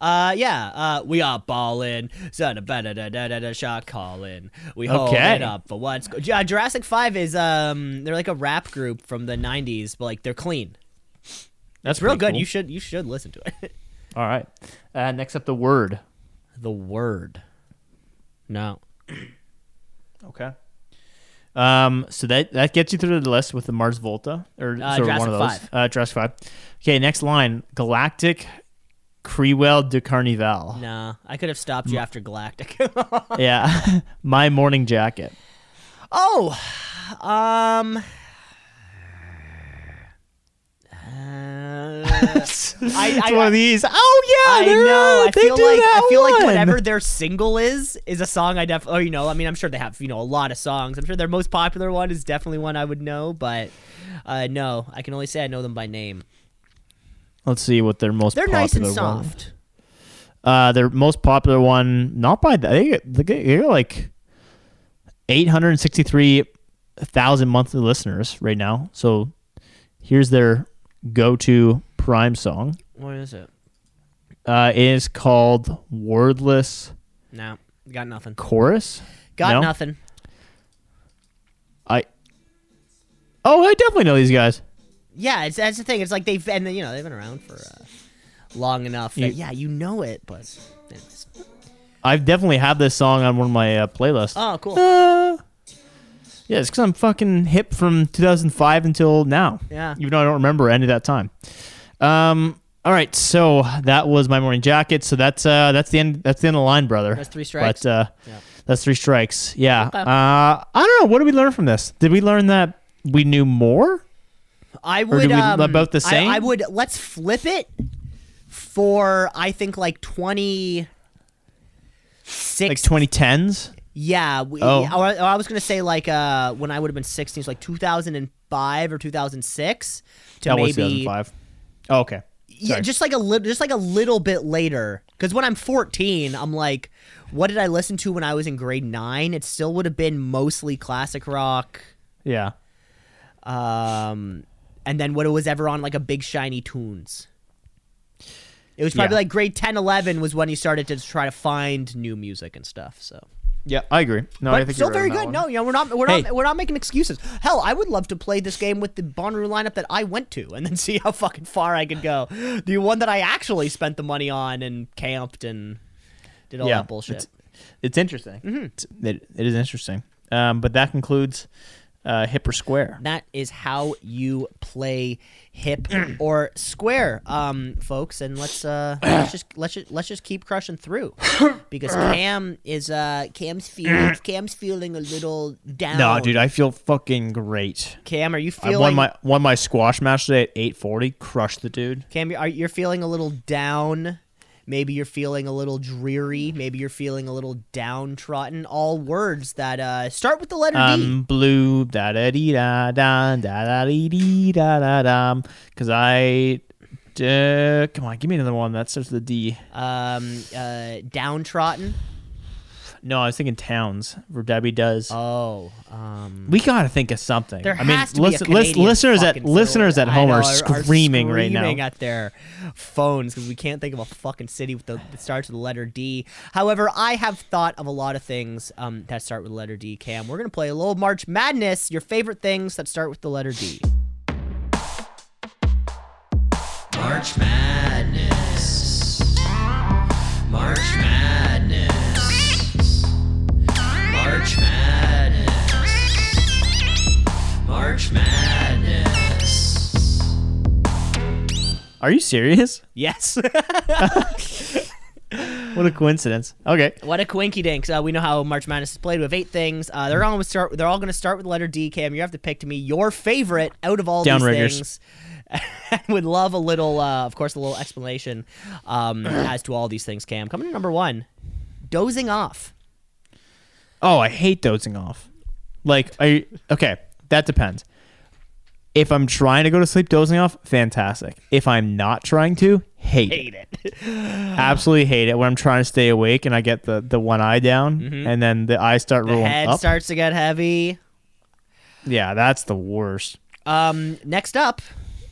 Uh, yeah. Uh, we are ballin', son of da da da da da shot callin'. We hold Okay. it up for what's go- Ju- uh, Jurassic Five is um they're like a rap group from the '90s, but like they're clean. That's Real pretty good. cool. You should you should listen to it. All right. Uh, next up, the word. the word. No. Okay. Um. So that that gets you through the list with the Mars Volta or Uh, sorry, Jurassic one of those. five. Uh, Jurassic Five. Okay. Next line: Galactic Crewel de Carnival. Nah, I could have stopped you after Galactic. Yeah. My morning jacket. oh, um, uh, it's I- one of these. Oh yeah. I they're- know. I they feel do like I that feel like one. whatever their single is is a song I def. Oh, you know. I mean, I'm sure they have you know a lot of songs. I'm sure their most popular one is definitely one I would know, but uh, no, I can only say I know them by name. Let's see what their most. They're nice and popular one- soft. Uh, their most popular one, not by the, they they get- they're like eight hundred sixty-three thousand monthly listeners right now. So here's their go-to prime song. What is it? Uh, it is called "Wordless No, got nothing. Chorus." Got No? nothing. I oh, I definitely know these guys. Yeah, it's that's the thing. It's like they've and you know they've been around for uh, long enough. That, You- yeah, you know it, but anyways. I've definitely have this song on one of my uh, playlists. oh, cool. Uh, yeah, it's because I'm fucking hip from 2005 until now. Yeah. Even though I don't remember any of that time. Um, All right, so that was my morning jacket. So that's uh that's the end that's the end of the line, brother. That's three strikes. But uh Yeah. that's three strikes. Yeah. Uh I don't know, what did we learn from this? Did we learn that we knew more? I would do we um, about the I- same? I, would let's flip it for I think like twenty six. Like 2010s? yeah. We, Oh. or- or I, was gonna say like uh when I would have been sixteen, so like two thousand and five or two thousand six to That maybe was 2005. Oh, okay. yeah, Sorry. just like a little, just like a little bit later. Because when I'm 14, I'm like, what did I listen to when I was in grade nine? It still would have been mostly classic rock. Yeah. Um, and then what it was ever on like a big shiny tunes. It was probably Yeah. like grade 10, 11 was when you started to try to find new music and stuff. So, Yeah, I agree. No, Oh, I but think still you're very right good. on that No, one. you know, we're not, we're Hey. not, we're not making excuses. Hell, I would love to play this game with the Bonnaroo lineup that I went to, and then see how fucking far I could go. The one that I actually spent the money on and camped and did all Yeah, that bullshit. Mm-hmm. it's- It's interesting. It's, it, it is interesting. Um, but that concludes uh, Hip or Square. that is how you play hip or square um folks and let's uh let's just let's just, let's just keep crushing through because cam is uh cam's feeling cam's feeling a little down No, dude, I feel fucking great. cam are you I feeling won my won my squash match today at 8:40. Crushed the dude. cam are you're feeling a little down maybe you're feeling a little dreary maybe you're feeling a little downtrodden all words that uh start with the letter d I'm blue Um, da da dee da da da da dee dee da da dum. Cause I, uh, come on, give me another one that starts with a D. um uh downtrodden No, I was thinking towns. Where Debbie does. oh um we gotta think of something. There I mean, has to listen- be a Canadian listeners at fucking listeners at I home know, are, screaming right now. screaming at their phones because we can't think of a fucking city with the, that starts with the letter D. However, I have thought of a lot of things um, that start with the letter D. Cam, we're gonna play a little March Madness. Your favorite things that start with the letter D. March Madness. March Madness. March Madness. March Madness. Are you serious? Yes. What a coincidence. Okay. what a quinky dinks. Uh, we know how March Madness is played. We have eight things. Uh, they're all gonna start. They're all gonna start with the letter D. Cam, you have to pick to me your favorite out of all Downriggers. these things. I would love a little, uh, of course, a little explanation um, as to all these things, Cam. Coming to number one, dozing off. Oh, I hate dozing off. Like, I okay, that depends. If I'm trying to go to sleep dozing off, fantastic. If I'm not trying to, hate, Hate it. it. Absolutely hate it when I'm trying to stay awake and I get the, the one eye down and then the eyes start Mm-hmm. The rolling head up. starts to get heavy. yeah, that's the worst. Um, next up,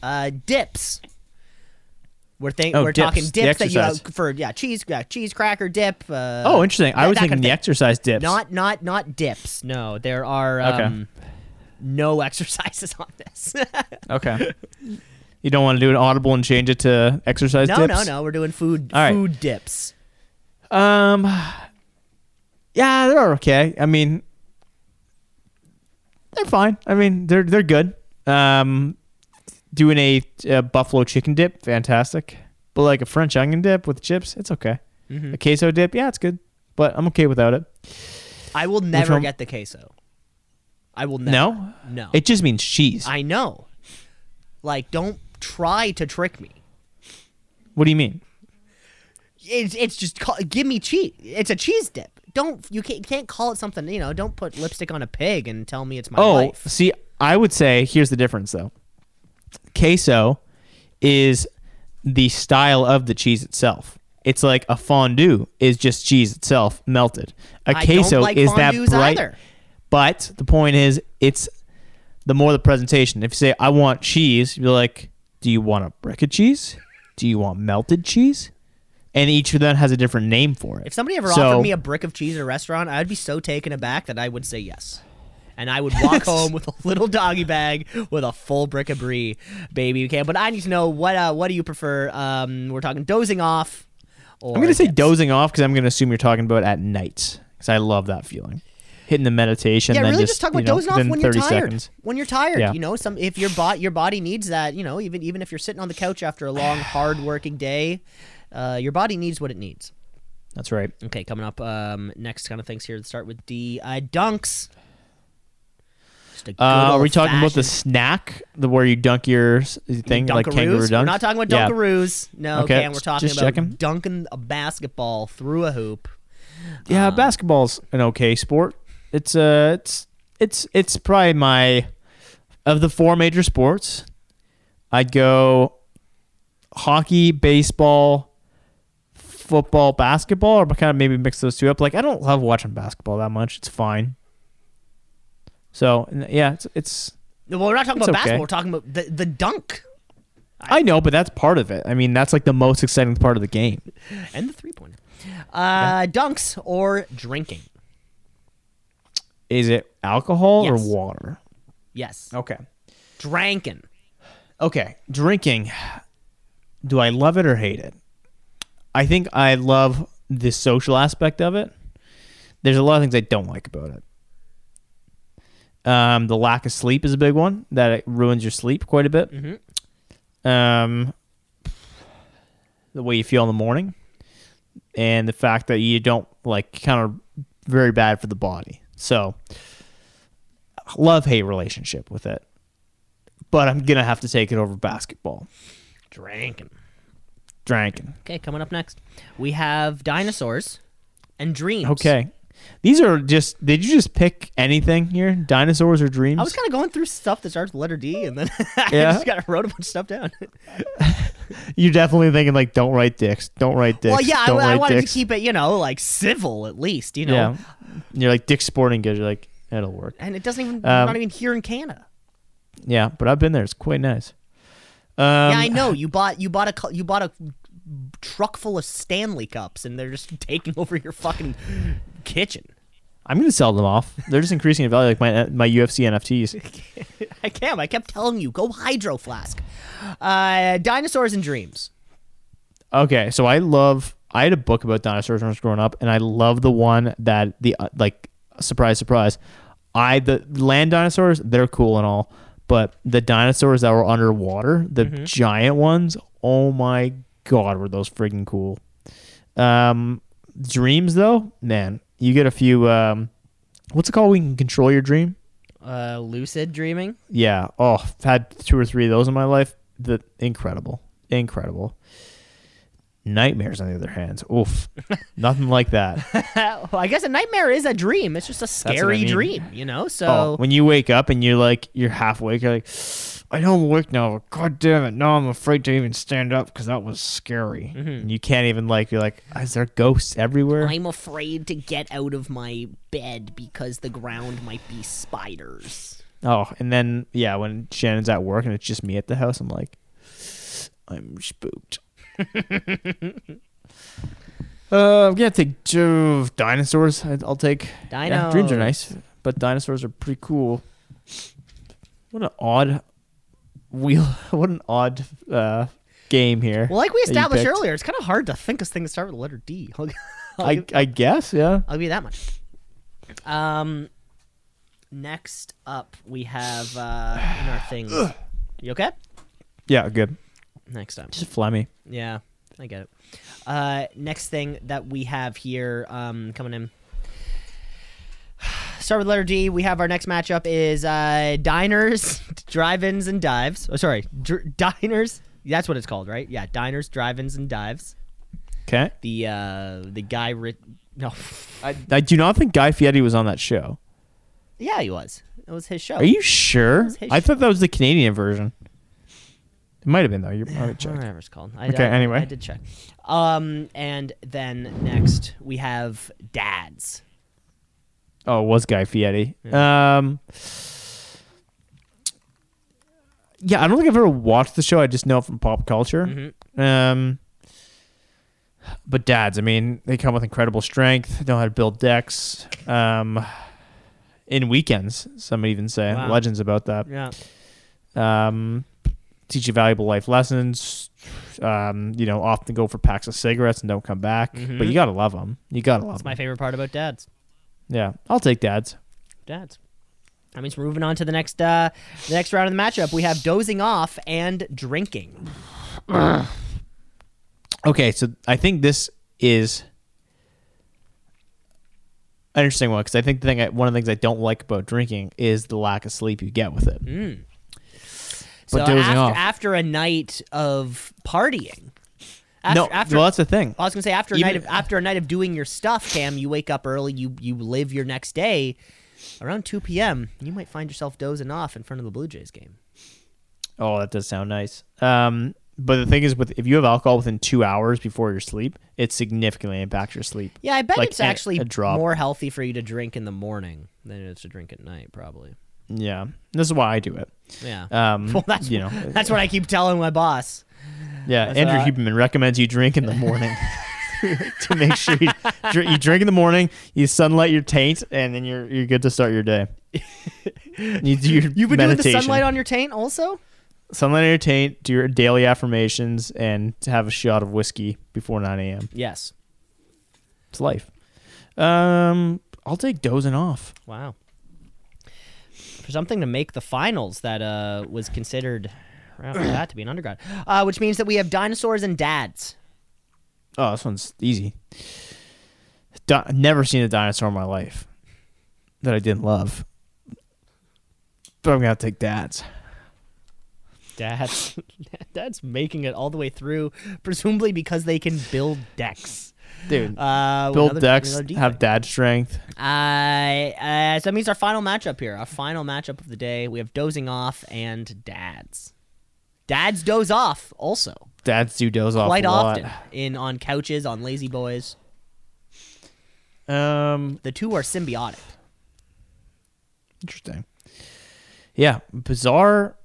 uh, dips. We're think- Oh, we're dips, talking the dips that you uh, exercise. for yeah cheese yeah, cheese cracker dip. Uh, Oh, interesting. I that- was that thinking kind of the thing. exercise dips. Not not not dips. No, there are Okay. um, no exercises on this. okay. You don't want to do an audible and change it to exercise no dips? no no. We're doing food All right. food dips. no. Um, yeah, they're okay. I mean, they're fine. I mean, they're they're good. Um, doing a, uh buffalo chicken dip, fantastic. But like a French onion dip with chips, it's okay. Mm-hmm. A queso dip, yeah, it's good. But I'm okay without it. I will never one? get the queso. I will never. No, No. it just means cheese. I know. Like, don't try to trick me. what do you mean? It's it's just call, give me cheese. It's a cheese dip. Don't you can't, can't call it something. You know, don't put lipstick on a pig and tell me it's my Oh, life. see, I would say here's the difference though. Queso is the style of the cheese itself. It's like a fondue is just cheese itself melted. A I don't queso like is that fondues bright. either. But the point is, it's the more the presentation. If you say I want cheese, you're like, do you want a brick of cheese? Do you want melted cheese? And each of them has a different name for it. If somebody ever So- offered me a brick of cheese at a restaurant, I'd be so taken aback that I would say yes. And I would walk home with a little doggy bag with a full brick of brie, baby. Okay, but I need to know what uh, what do you prefer? Um, we're talking dozing off. Or I'm gonna say dips. dozing off because I'm gonna assume you're talking about at night because I love that feeling. hitting the meditation. Yeah, then really, just, just, talk about you know, dozing off within when you're 30 tired. seconds. When you're tired, Yeah. you know, some if your body your body needs that, you know, even even if you're sitting on the couch after a long, hard working day, uh, your body needs what it needs. That's right. Okay, coming up um, next, kind of things here. Let's start with the uh, dunks. Just a good Uh, are we talking about the old-fashioned snack, the where you dunk your s- thing like Dunkaroos? kangaroo dunk? We're not talking about Yeah. Dunkaroos. No, Okay, Cam, we're just- talking just about checking. dunking a basketball through a hoop. Yeah, basketball's an okay sport. It's uh it's it's it's probably my of the four major sports, I'd go hockey, baseball, football, basketball, or kind of maybe mix those two up. Like I don't love watching basketball that much. It's fine. So n- yeah, it's it's Well, we're not talking It's about okay. basketball. We're talking about the, the dunk I know, but that's part of it. I mean, that's like the most exciting part of the game. and the three pointer. Uh, Dunks or drinking? Is it alcohol Yes. or water? Yes. Okay. Dranking. Okay, drinking. Do I love it or hate it? I think I love the social aspect of it. There's a lot of things I don't like about it. Um, the lack of sleep is a big one that it ruins your sleep quite a bit. Um, the way you feel in the morning, and the fact that you don't like kind of very bad for the body. So, love hate relationship with it but I'm gonna have to take it over basketball. Dranking. Drinking. Okay, coming up next, we have dinosaurs and dreams. Okay. These are just. Did you just pick anything here? Dinosaurs or dreams? I was kind of going through stuff that starts with letter D, and then I Yeah. just kind of wrote a bunch of stuff down. You're definitely thinking like, don't write dicks. Don't write dicks. well, yeah, I, don't I write wanted dicks. to keep Oh. it, you know, like civil at least, you know. Yeah. You're like Dick Sporting Goods. You're like, it'll work. And it doesn't even, we're Um, not even here in Canada. Yeah, but I've been there. It's quite nice. Um, yeah, I know. You bought you bought a cu- you bought a truck full of Stanley cups, and they're just taking over your fucking kitchen. I'm gonna sell them off. They're just increasing in value, like my my UFC NFTs. I can. I kept telling you, go hydro flask. Uh, dinosaurs and dreams. Okay, so I love. I had a book about dinosaurs when I was growing up, and I love the one that the uh, like surprise, surprise. I the land dinosaurs, they're cool and all, but the dinosaurs that were underwater, the giant ones, oh my god, were those friggin' cool. Um, dreams though, man, you get a few. Um, what's it called? We can control your dream. Uh, lucid dreaming. Yeah. Oh, I've had two or three of those in my life. The incredible, incredible. Nightmares, on the other hand, oof, nothing like that. well, I guess a nightmare is a dream. It's just a what I scary mean. dream, you know. So Oh, when you wake up and you're like you're half awake, you're like, I know I'm awake now. But God damn it! Now I'm afraid to even stand up because that was scary. And you can't even like you're like, is there ghosts everywhere? I'm afraid to get out of my bed because the ground might be spiders. Oh, and then yeah, when Shannon's at work and it's just me at the house, I'm like, I'm spooked. uh, I'm gonna take two dinosaurs. I- I'll take. Yeah, dreams are nice, but dinosaurs are pretty cool. What an odd wheel! What an odd uh, game here. Well, like we that you established picked. earlier, it's kind of hard to think of things that start with the letter D. I'll, I'll I give, I guess yeah. I'll give you that much. Um, next up we have uh, in our things. You okay? Yeah, good. Next time. Just fly me. Yeah, I get it. Uh, next thing that we have here um, coming in. Start with letter D. We have our next matchup is uh, diners, drive-ins, and dives. Oh, sorry, dr- diners. That's what it's called, right? Yeah, diners, drive-ins, and dives. Okay. The uh, the guy, ri- no, I, I do not think Guy Fieri was on that show. yeah, he was. It was his show. Are you sure? his I thought that was the Canadian version. It might have been though. You're probably check. Whatever it's called. I, Okay, I- anyway. I did check. Um, and then next we have dads. Oh, it was Guy Fieri. Um. Yeah, I don't think I've ever watched the show. I just know it from pop culture. Mm-hmm. Um, but dads, I mean, they come with incredible strength. Know how to build decks. Um, in weekends, some even say Wow. legends about that. Yeah. Um, teach you valuable life lessons. Um, you know, often go for packs of cigarettes and don't come back. But you gotta love them. You gotta love Mm-hmm. That's my them. favorite part about dads. Yeah, I'll take dads. Dads. That means we're moving on to the next uh, the next round of the matchup. We have dozing off and drinking. Okay, so I think this is an interesting one because I think the thing I, one of the things I don't like about drinking is the lack of sleep you get with it. So But dozing after, off. after a night of partying, after, no, after, well that's the thing. I was gonna say after a Even- night of after a night of doing your stuff, Cam, you wake up early, you you live your next day. Around 2 p.m., you might find yourself dozing off in front of the Blue Jays game. Oh, that does sound nice. Um, but the thing is, with if you have alcohol within two hours before your sleep, it significantly impacts your sleep. Yeah, I bet Like it's a- actually a drop. more healthy for you to drink in the morning than it is to drink at night, probably. Yeah, this is why I do it. Yeah. Um, well, that's you know, that's what I keep telling my boss. yeah. Andrew what I- Huberman recommends you drink in the morning to make sure you, dr- you drink in the morning, you sunlight your taint, and then you're you're good to start your day. You do your You've been meditation. doing the sunlight on your taint, also. sunlight on your taint. Do your daily affirmations and have a shot of whiskey before nine a.m. Yes. It's life. Um, I'll take dozing off. Wow. For something to make the finals that uh, was considered right off the bat to be an undergrad, uh, which means that we have dinosaurs and dads. Oh, this one's easy. Di- never seen a dinosaur in my life that I didn't love. But I'm gonna have to take dads. Dads, dads making it all the way through, presumably because they can build decks. Dude, Uh, build another- decks, another have defect. dad strength. Uh, uh, so that means our final matchup here, our final matchup of the day. We have dozing off and dads. Dads doze off also Dads do doze off quite a lot. often in on couches on lazy boys. Um, The two are symbiotic. interesting. Yeah, bizarre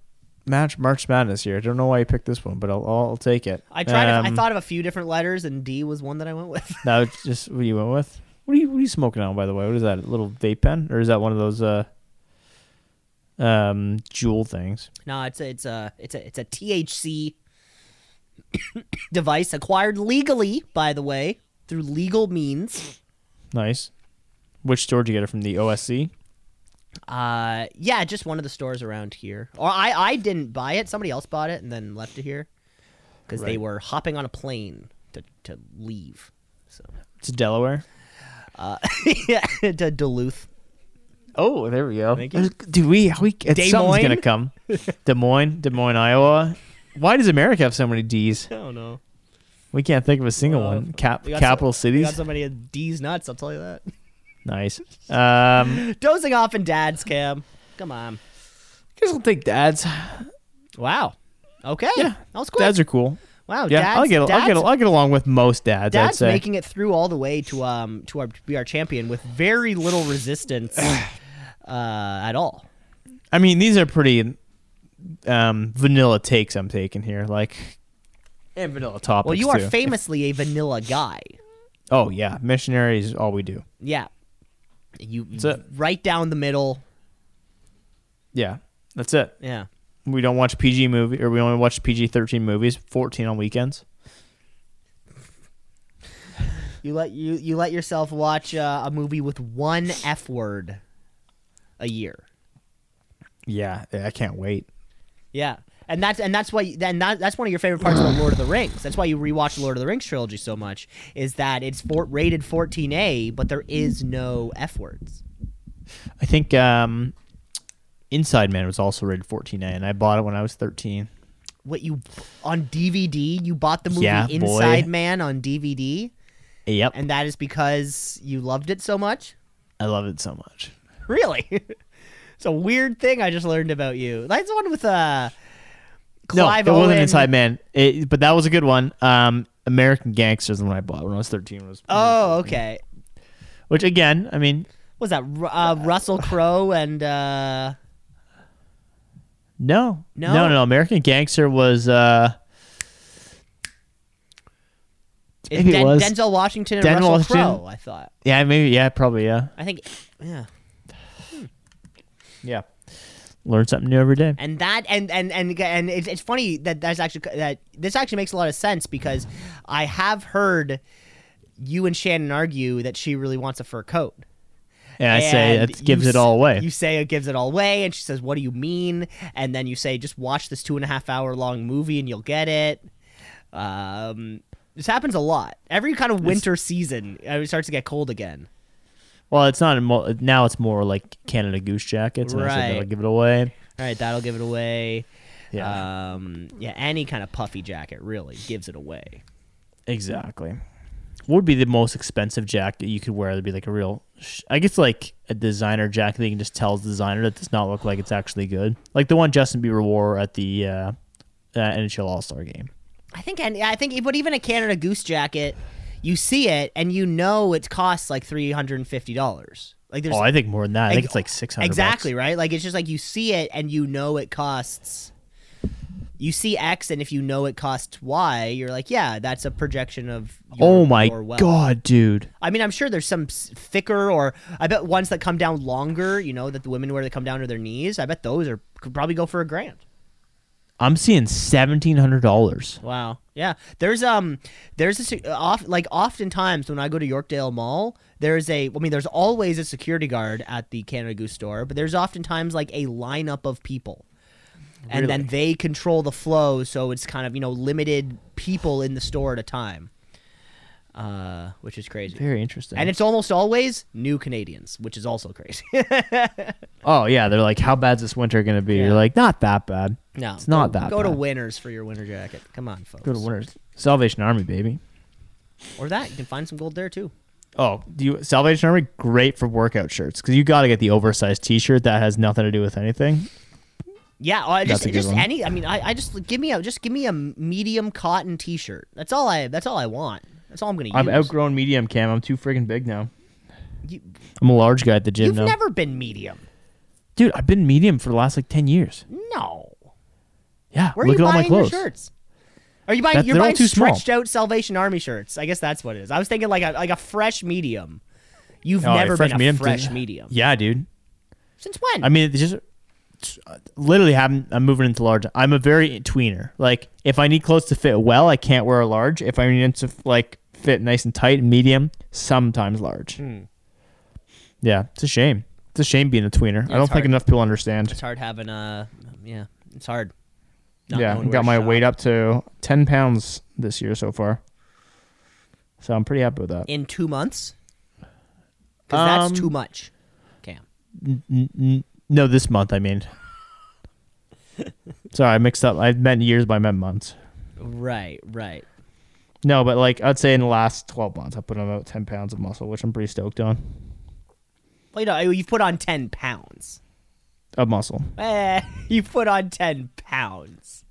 match March Madness here. I don't know why you picked this one, but I'll, I'll take it. I tried. to- I Um, thought of a few different letters, and D was one that I went with. No, it's just what you went with. What are you what are you smoking on by the way? What is that? A little vape pen? Or is that one of those uh um jewel things? no, it's a, it's a it's a it's a THC device acquired legally, by the way, through legal means. Nice. Which store did you get it from? The OSC? Uh, yeah, just one of the stores around here. Or I I didn't buy it. Somebody else bought it and then left it here because they Right. were hopping on a plane to to leave. So It's Delaware. yeah, to Duluth. Oh, there we go. Thank you. Do we we it's Des something's gonna Moines? come. Des Moines, Des Moines, Iowa. Why does America have so many D's? I don't know. We can't think of a single Uh, one. Cap We got capital some- We cities. got somebody at D's nuts. I'll tell you that. nice. Um Dozing off in dad's cam. Come on. guess I'll take dads. Wow. Okay. That was quick. Dads are cool. wow. Yeah, dads, I'll get I'll get dads- I'll get along with most dads, I'd Dad's say. making it through all the way to um to our to be our champion with very little resistance uh at all. I mean, these are pretty um, vanilla takes I'm taking here, like and vanilla topics. Well, you are too. famously a vanilla guy. Oh yeah, missionary is all we do. Yeah. You it. right down the middle. Yeah, that's it. Yeah. We don't watch PG movie, or we only watch PG thirteen movies, fourteen on weekends. You let you you let yourself watch uh, a movie with one F word a year. Yeah, I can't wait. Yeah. And that's and that's why then that, that's one of your favorite parts about Lord of the Rings. That's why you rewatch Lord of the Rings trilogy so much is that it's for, rated 14A, but there is no F words. I think um, Inside Man was also rated fourteen A, and I bought it when I was thirteen. What you on DVD? You bought the movie Yeah, boy. Inside Man on DVD, Yep, and that is because you loved it so much. I love it so much. Really, it's a weird thing I just learned about you. That's the one with uh, No, Clive it wasn't Owen. Inside Man, it, but that was a good one. Um, American Gangsters, the one I bought when I was thirteen, was Oh, okay. which again, I mean, Was that Ru- uh, Russell Crowe and uh, No. No? No, no. American Gangster was uh It's Maybe it Den- was. Denzel Washington and Denzel Russell Washington. Crowe. I thought. yeah, maybe yeah, probably yeah. I think. Yeah. Yeah. Learn something new every day. And that and and and and it's, it's funny that that's actually that this actually makes a lot of sense because I have heard you and Shannon argue that she really wants a fur coat. And I say and that gives you it all s- away. You say it gives it all away, and she says, "What do you mean?" And then you say, "Just watch this two and a half hour long movie, and you'll get it." Um, this happens a lot. Every kind of winter season, uh, it starts to get cold again. well, it's not in mo- now. It's more like Canada Goose jackets, and I Right. said that'll give it away. All right, that'll give it away. Yeah, Um, yeah, any kind of puffy jacket really gives it away. exactly. What would be the most expensive jacket you could wear? That'd be like a real, sh- I guess, like a designer jacket that you can just tell is designer that does not look like it's actually good. Like the one Justin Bieber wore at the uh, uh, NHL All Star game. I think, and I think, but even a Canada Goose jacket, you see it and you know it costs like three hundred and fifty dollars. Like there's Oh, I think more than that. I think Ex- it's like six hundred. exactly right. Like it's just like you see it and you know it costs. You see X, and if you know it costs Y, you're like, yeah, that's a projection of. Your, Oh my your wealth. god, dude. I mean, I'm sure there's some s- thicker, or I bet ones that come down longer. You know that the women wear that come down to their knees. I bet those are could probably go for a grand. I'm seeing seventeen hundred dollars. Wow. Yeah. There's um there's a se- off like oftentimes when I go to Yorkdale Mall, there's a I mean there's always a security guard at the Canada Goose store, but there's oftentimes like a lineup of people. And then they control the flow, so it's kind of, you know, limited people in the store at a time. Uh, which is crazy. Very interesting. and it's almost always new Canadians, which is also crazy. oh yeah, they're like, how bad's this winter gonna be? Yeah. You're like, not that bad. no, It's not go, that Go to bad. Winners for your winter jacket. Come on, folks. Go to winners. Salvation Army, baby. Or that you can find some gold there too. Oh, do you Salvation Army? Great for workout shirts because you got to get the oversized T-shirt that has nothing to do with anything. Yeah, I That's just a good just one. any. I mean, I, I just give me a just give me a medium cotton T-shirt. That's all I. That's all I want. That's all I'm gonna use. I've outgrown medium, Cam. I'm too friggin' big now. You, I'm a large guy at the gym you've now, never been medium. dude. I've been medium for the last like ten years. No. Yeah, Where look are you at all my buying your clothes. shirts? Are you buying? That- you're they're all buying too small. stretched out Salvation Army shirts. I guess that's what it is. I was thinking like a like a fresh medium. You've Oh, never fresh been a medium, fresh dude. medium. Yeah, dude. Since when? I mean, it's just it's, uh, literally having I'm moving into large. I'm a very tweener. Like if I need clothes to fit well, I can't wear a large. If I need it to like fit nice and tight, medium, sometimes large. Hmm. Yeah, it's a shame. It's a shame being a tweener. I don't it's think hard. enough people understand. it's hard having a. Yeah, it's hard. not yeah, knowing where got to my shop. weight up to ten pounds this year so far. So I'm pretty happy with that. in two months. Because Um, that's too much. Cam. No, this month I mean. Sorry, I mixed up. I meant years, but I meant months. Right. Right. No, but like I'd say in the last twelve months, I put on about ten pounds of muscle, which I'm pretty stoked on. Well, you know, you've put on 10 pounds. Of muscle. Eh, you put on 10 pounds.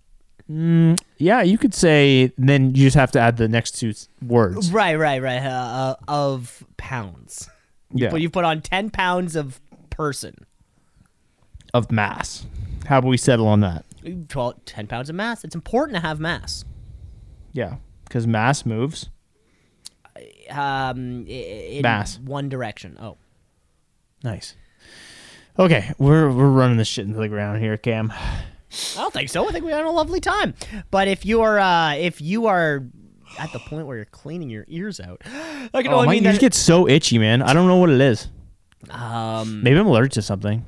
Yeah, you could say. Then you just have to add the next two s- words. Right, right, right. Uh, uh, of pounds. Yeah, But you put on 10 pounds of person. of mass. How about we settle on that? You put on 10 pounds of mass. It's important to have mass. Yeah, because mass moves. Um, i- in Mass. One direction. Oh. Nice. Okay, we're we're running this shit into the ground here, Cam. I don't think so. I think we had a lovely time. But if you are, uh, if you are at the point where you're cleaning your ears out, I can Oh, only my mean ears that get so itchy, man. I don't know what it is. um, Maybe I'm allergic to something.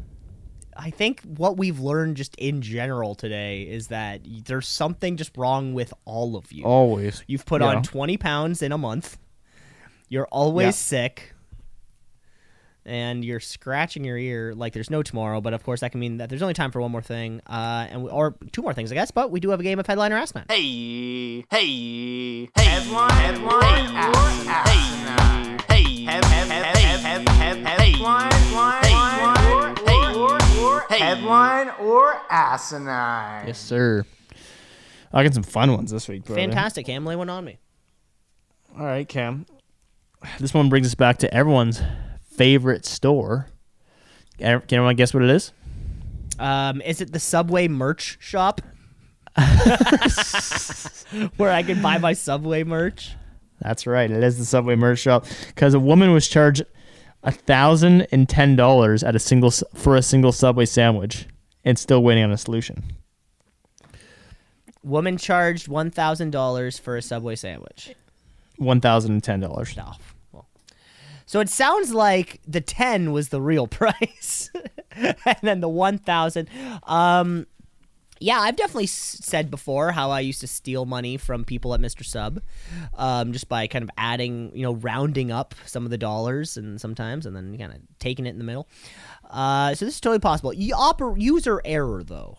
I think what we've learned just in general today is that y- there's something just wrong with all of you. Always. You've put Yeah. on 20 pounds in a month. You're always Yeah. sick. And you're scratching your ear like there's no tomorrow, but of course that can mean that there's only time for one more thing, uh, and we, or two more things, I guess. But we do have a game of headline or ass man. Hey, hey, hey, headline, headline, asinine. hey, hey, head- head- head- head- head- headline, headline, hey, hey, headline or asinine. Yes, sir. I got some fun ones this week, bro. Fantastic, Cam, lay one on me. All right, Cam. This one brings us back to everyone's favorite store. Can can anyone guess what it is? Um, is it the Subway merch shop? Where I can buy my Subway merch? That's right. It is the Subway merch shop because a woman was charged thousand and ten dollars at a single s- for a single Subway sandwich, and still waiting on a solution. Woman charged one thousand dollars for a Subway sandwich. One thousand and ten dollars. No. Well. So it sounds like the 10 was the real price. and then the 1,000. Um, yeah, I've definitely s- said before how I used to steal money from people at Mr. Sub um, just by kind of adding, you know, rounding up some of the dollars and sometimes and then kind of taking it in the middle. Uh, so this is totally possible. Y- oper- user error, though.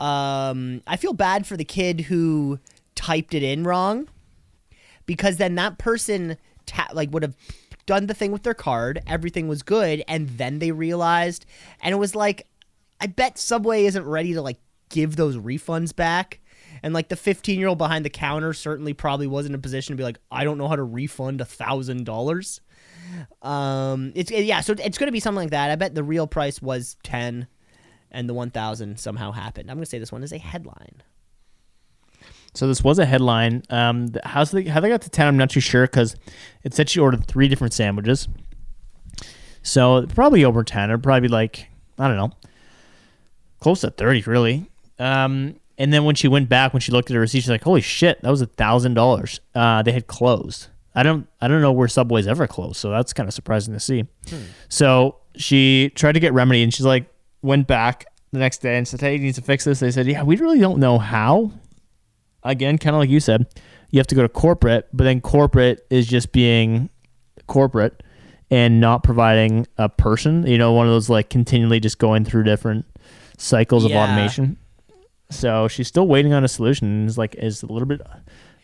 Um, I feel bad for the kid who typed it in wrong because then that person ta- like would have done the thing with their card everything was good and then they realized and it was like i bet subway isn't ready to like give those refunds back and like the 15 year old behind the counter certainly probably wasn't in a position to be like i don't know how to refund a thousand dollars um it's yeah so it's gonna be something like that i bet the real price was 10 and the 1000 somehow happened i'm gonna say this one is a headline So this was a headline. Um, the- how's they, how they got to town? I'm not too sure because it said she ordered three different sandwiches. So probably over ten, or probably like I don't know, close to thirty, really. Um, and then when she went back, when she looked at her receipt, she's like, "Holy shit, that was a thousand dollars." Uh, they had closed. I don't I don't know where Subway's ever closed, so that's kind of surprising to see. So she tried to get remedy, and she's like, went back the next day and said, "Hey, you need to fix this." They said, "Yeah, we really don't know how." again, kind of like you said, you have to go to corporate, but then corporate is just being corporate and not providing a person. You know, one of those like continually just going through different cycles Yeah. of automation. So she's still waiting on a solution. and Is like is a little bit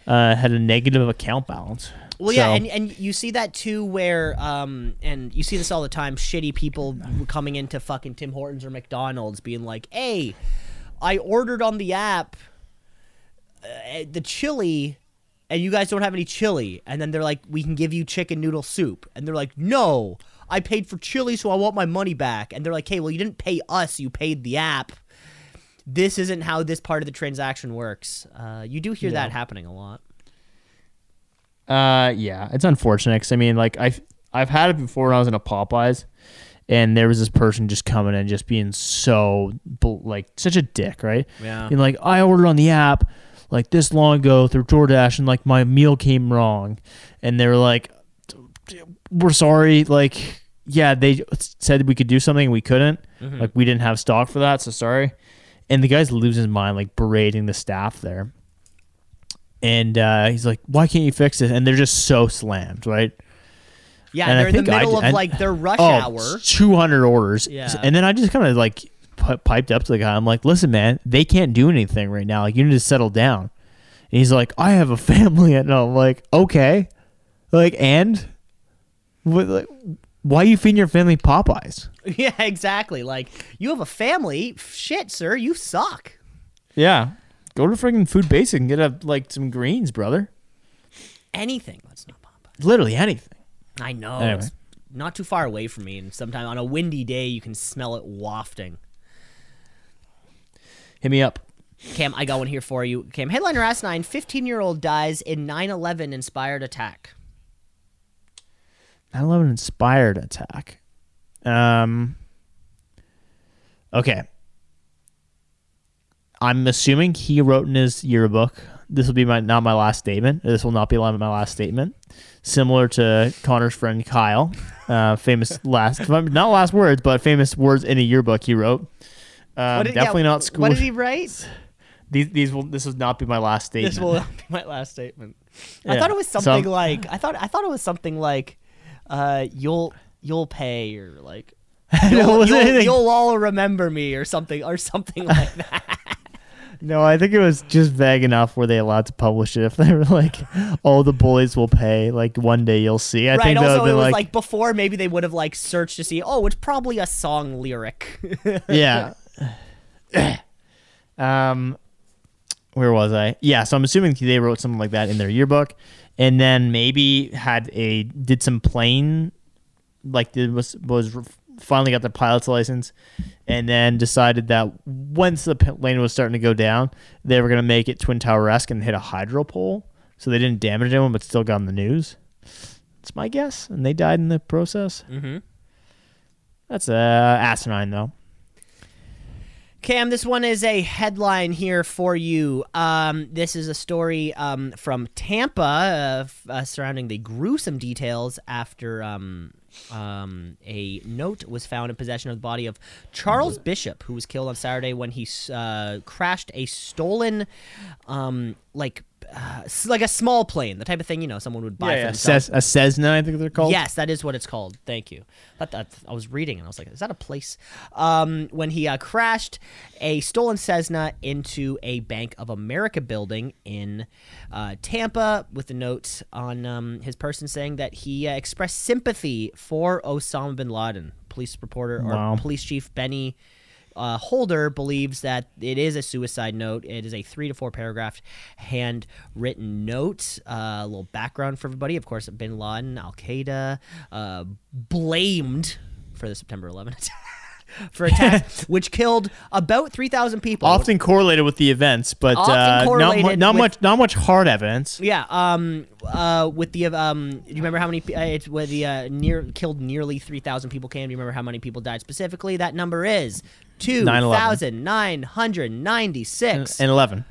uh, had a negative account balance. Well, yeah, So- and, and you see that too, where um, and you see this all the time. Shitty people coming into fucking Tim Hortons or McDonald's, being like, "Hey, I ordered on the app uh, the chili, and you guys don't have any chili." And then they're like, "We can give you chicken noodle soup," and they're like, "No, I paid for chili, so I want my money back." And they're like, "Hey, well, you didn't pay us; you paid the app." This isn't how this part of the transaction works. Uh, you do hear that happening a lot. Uh, yeah, it's unfortunate because I mean, like I've I've had it before when I was in a Popeyes, and there was this person just coming and just being so bl- like such a dick, right? Yeah. And like I ordered on the app like this long ago through DoorDash, and like my meal came wrong, and they were like, "We're sorry." Like, yeah, they said we could do something, and we couldn't. Like, we didn't have stock for that, so sorry. And the guy's losing his mind, like berating the staff there and uh, he's like, "Why can't you fix it?" And they're just so slammed, right? Yeah, And Oh, I they're in the think I middle d- of I- like their rush hour. two hundred orders. Yeah. and then I just kind of like p- piped up to the guy. I'm like, "Listen, man, they can't do anything right now. Like, you need to settle down." And he's like, "I have a family," and I'm like, "Okay, like, and what, like, why you feeding your family Popeyes?" Yeah, exactly. Like you have a family. Shit, sir, you suck. Yeah, go to freaking Food Basic and get a like some greens, brother. Anything. That's not Popeye. Literally anything. I know. Anyway. It's not too far away from me, and sometimes on a windy day you can smell it wafting. Hit me up. Cam, I got one here for you. Cam, headliner ass nine, 15 year old dies in 9-11 inspired attack. 9/11 inspired attack. Um. Okay. I'm assuming he wrote in his yearbook. This will be my not my last statement. This will not be my last statement. Similar to Connor's friend Kyle, uh, famous last not last words, but famous words in a yearbook he wrote. Um, What did- yeah, definitely not school. What did he write? these, these will. This will not be my last statement. This will not be my last statement. I Yeah. thought it was So I'm- something like I thought I thought it was something like uh, you'll you'll pay or like No, it you'll, wasn't you'll- anything. you'll all remember me or something or something like that. No, I think it was just vague enough where they allowed to publish it. If they were like, "All the bullies will pay," like one day you'll see. I right. think that Also, would it be was like, like, before maybe they would have like searched to see. Oh, it's probably a song lyric. yeah. um, where was I? Yeah, so I'm assuming they wrote something like that in their yearbook, and then maybe had a did some plane, like did was was finally got the pilot's license, and then decided that once the plane was starting to go down, they were gonna make it twin tower esque and hit a hydro pole, so they didn't damage anyone, but still got in the news. It's my guess, and they died in the process. Mm-hmm. That's uh, asinine though. Cam, this one is a headline here for you. Um, this is a story um, from Tampa uh, f- uh, surrounding the gruesome details after um, um, a note was found in possession of the body of Charles Bishop, who was killed on Saturday when he s- uh, crashed a stolen, um, like, uh, s- like a small plane, the type of thing you know someone would buy for A, themselves. Ces- a Cessna, I think they're called. Yes, that is what it's called. Thank you. That, that, I was reading and I was like, is that a place? Um, when he uh, crashed a stolen Cessna into a Bank of America building in uh, Tampa with a note on um, his person saying that he uh, expressed sympathy for Osama bin Laden. Police reporter or Wow. police chief Benny uh, Holder believes that it is a suicide note. It is a three to four paragraph handwritten note. Uh, a little background for everybody. Of course, bin Laden, Al Qaeda, uh, blamed for the September 11th attack- for attacks, which killed about 3,000 people. Often correlated with the events, but Often uh, not, mu- correlated not with- much, not much hard evidence. Yeah. Um. Uh. With the um. Do you remember how many? pe- Uh, it's where the uh, near killed nearly three thousand people came. Do you remember how many people died specifically? That number is two thousand nine hundred ninety-six. And eleven.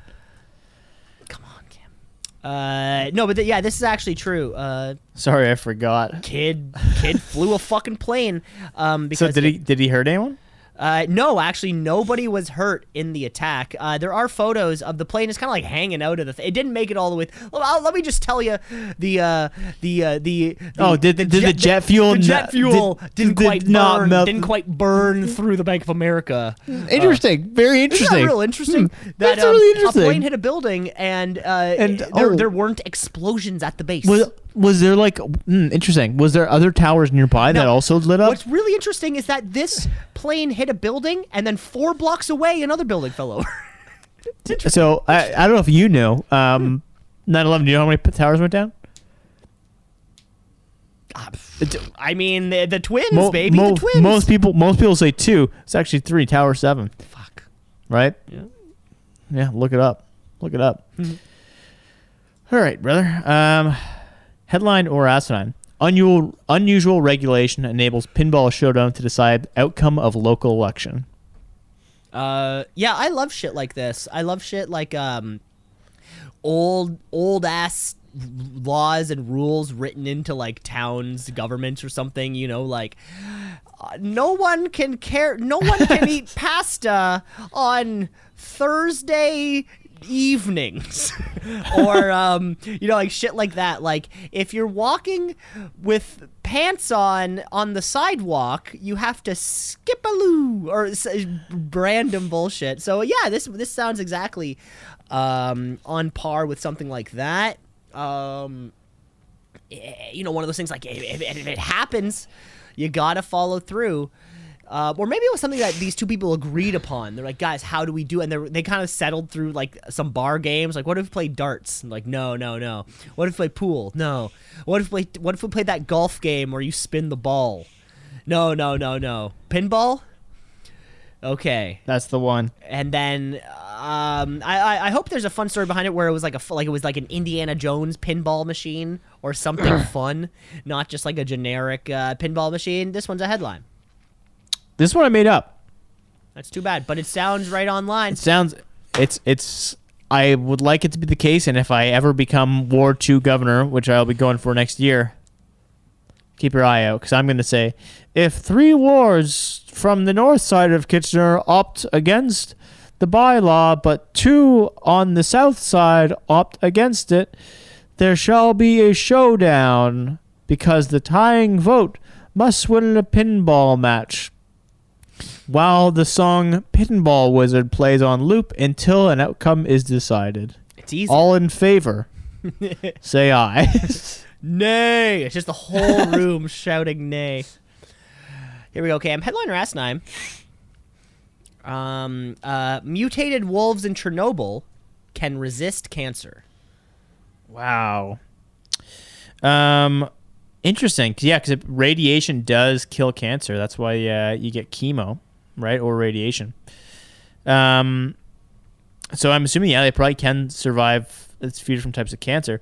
Come on, Cam. Uh. No, but th- yeah, this is actually true. Uh. Sorry, I forgot. Kid. Kid flew a fucking plane. Um. So Because did he? Did he hurt anyone? Uh, no, actually, nobody was hurt in the attack. Uh, there are photos of the plane is kind of like hanging out of the. Th- it didn't make it all the way. Well, I'll- let me just tell you the uh, the, uh, the the Oh, did the- did the jet fuel the not- jet fuel did- did, not did quite not burn, melt- didn't quite burn through the Bank of America. Uh, Interesting. Very Isn't interesting. Hmm. that real interesting? That, That's um, really interesting. A plane hit a building and uh, And, there, oh. there weren't explosions at the base. Was was there like mm, interesting? Was there other towers nearby that Now, also lit up? What's really interesting is that this plane hit a building and then four blocks away another building fell over. So I, I don't know if you know. Um, Hmm. 9/11. Do you know how many p- towers went down? I mean, the, the twins, Mo- baby, mo- the twins. Most people most people say two. It's actually three. Tower seven. Fuck. Right? Yeah. Yeah. Look it up. Look it up. All right, brother. Um, headline or asinine? Unusual unusual regulation enables pinball showdown to decide outcome of local election. Uh, yeah, I love shit like this. I love shit like um, old old ass laws and rules written into like towns governments or something you know like uh, no one can care no one can eat pasta on thursday evenings or um you know like shit like that like if you're walking with pants on on the sidewalk you have to skip a loo or s- random bullshit so yeah this this sounds exactly um on par with something like that um eh, you know, one of those things like if, if, if it happens, you gotta follow through. Uh, or maybe it was something that these two people agreed upon. They're like, guys, how do we do? And they they kind of settled through like some bar games. Like, what if we play darts? And like, no, no, no. What if we play pool? No. What if we what if we played that golf game where you spin the ball? No, no, no, no. Pinball. Okay That's the one. and then um, I, I I hope there's a fun story behind it where it was like a f- like it was like an Indiana Jones pinball machine or something fun, not just like a generic uh, pinball machine. This one's a headline. This one I made up. That's too bad, but it sounds right online. It sounds it's it's I would like it to be the case and if I ever become War 2 governor, which I'll be going for next year, keep your eye out cuz I'm going to say if three wards from the north side of Kitchener opt against the bylaw but two on the south side opt against it, there shall be a showdown because the tying vote must win a pinball match while the song Pinball Wizard plays on loop until an outcome is decided. It's easy. All in favor, say aye. nay! It's just the whole room shouting nay. Here we go, Cam. Headline or asinine? Um, uh, mutated wolves in Chernobyl can resist cancer. wow. Um, interesting. 'Cause, Yeah, because radiation does kill cancer. That's why uh, you get chemo, right, or radiation. Um, so I'm assuming yeah, they probably can survive a few different types of cancer.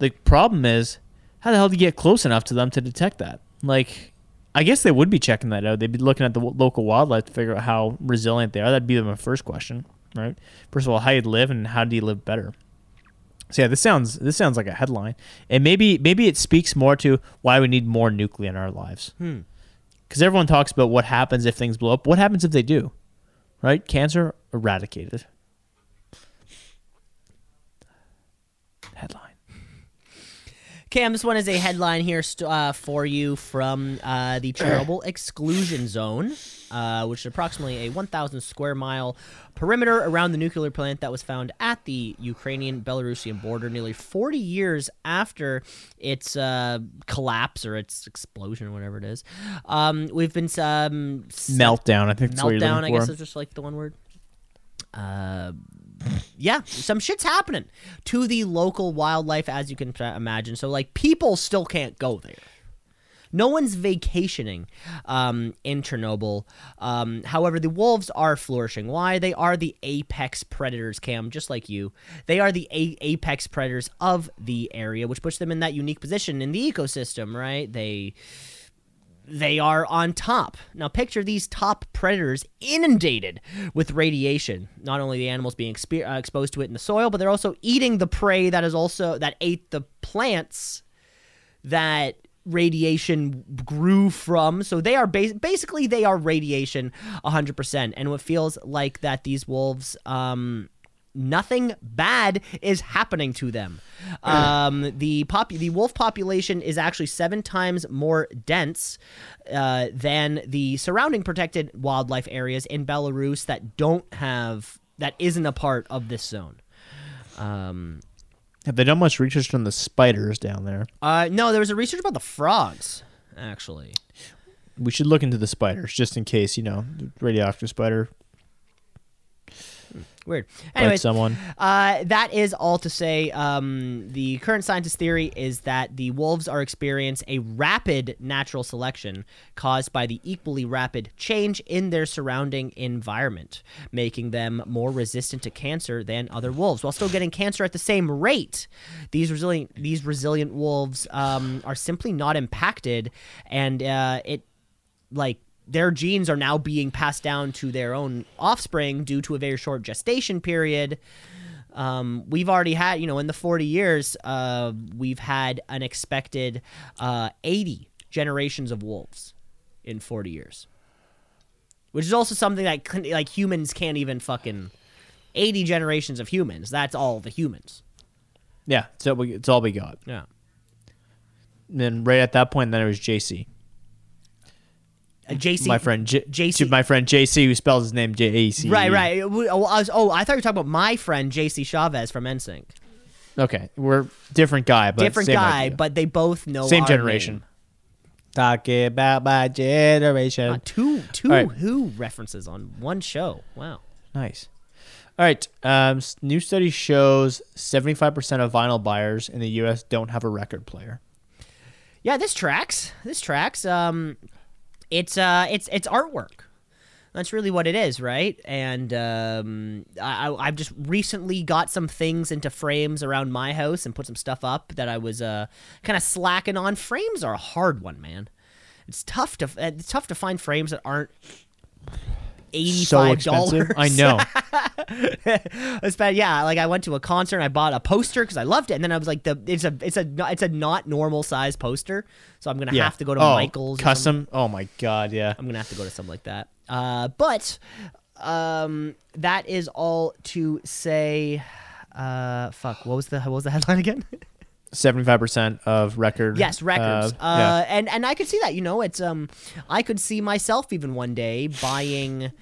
The problem is, how the hell do you get close enough to them to detect that? Like, I guess they would be checking that out. They'd be looking at the w- local wildlife to figure out how resilient they are. That'd be my first question, right? First of all, how you live and how do you live better? So yeah, this sounds this sounds like a headline, and maybe maybe it speaks more to why we need more nuclear in our lives. Hmm. Because everyone talks about what happens if things blow up. What happens if they do? Right? Cancer eradicated. Headline. Cam, this one is a headline here st- uh, for you from uh, the Chernobyl Exclusion Zone, uh, which is approximately a 1,000 square mile perimeter around the nuclear plant that was found at the Ukrainian Belarusian border nearly 40 years after its uh, collapse or its explosion or whatever it is. Um, we've been um, s- Meltdown. I think that's what you're meltdown. looking I for. guess is just like the one word. Uh, yeah, some shit's happening to the local wildlife, as you can pra- imagine. So like, people still can't go there. No one's vacationing um, in Chernobyl. Um, however, the wolves are flourishing. Why? They are the apex predators, Cam, just like you. They are the a- apex predators of the area, which puts them in that unique position in the ecosystem, right? They they are on top. Now, picture these top predators inundated with radiation. Not only the animals being expe- uh, exposed to it in the soil, but they're also eating the prey that is also that ate the plants that radiation grew from. So they are bas- basically they are radiation 100%. And what feels like that these wolves um nothing bad is happening to them. Um, the pop- the wolf population is actually seven times more dense uh, than the surrounding protected wildlife areas in Belarus that don't have that isn't a part of this zone. Have they done much research on the spiders down there? Uh, no, there was a research about the frogs actually. We should look into the spiders just in case, you know, the radioactive spider Weird. bites Anyways, someone. Uh, that is all to say. Um, the current scientist theory is that the wolves are experiencing a rapid natural selection caused by the equally rapid change in their surrounding environment, making them more resistant to cancer than other wolves, while still getting cancer at the same rate. These resilient these resilient wolves um, are simply not impacted, and uh, it like their genes are now being passed down to their own offspring due to a very short gestation period. Um, we've already had, you know, in the 40 years, uh, we've had an expected uh, 80 generations of wolves in 40 years, which is also something that can- like humans can't even fucking 80 generations of humans. That's all the humans. Yeah, so we, it's all we got. Yeah. And then right at that point, then it was JC, Uh, JC, my friend J- JC. to my friend JC, who spells his name J A C. E. Right, right. It w- Oh, I, was, oh, I thought you were talking about my friend JC Chavez from NSYNC. Okay, we're different guy, but different same guy, idea. but they both know same our generation. name. Talking about my generation. Uh, two two All right. Who references on one show. Wow. Nice. All right. Um, s- new study shows 75% of vinyl buyers in the U.S. don't have a record player. Yeah, this tracks. This tracks. Um, it's uh, it's it's artwork. That's really what it is, right? And um, I, I- I've just recently got some things into frames around my house and put some stuff up that I was uh, kind of slacking on. Frames are a hard one, man. It's tough to it's tough to find frames that aren't eighty So five expensive. dollars. I know. It's bad. Yeah, like I went to a concert and I bought a poster because I loved it, and then I was like, the it's a it's a no- it's a not normal size poster, so I'm gonna Yeah. have to go to Oh, Michaels. or something. Custom. Oh my god. Yeah. I'm gonna have to go to something like that. Uh, but um, that is all to say. Uh, fuck. What was the what was the headline again? Seventy-five percent of record. yes, records. Uh, Uh, and and I could see that. You know, it's um, I could see myself even one day buying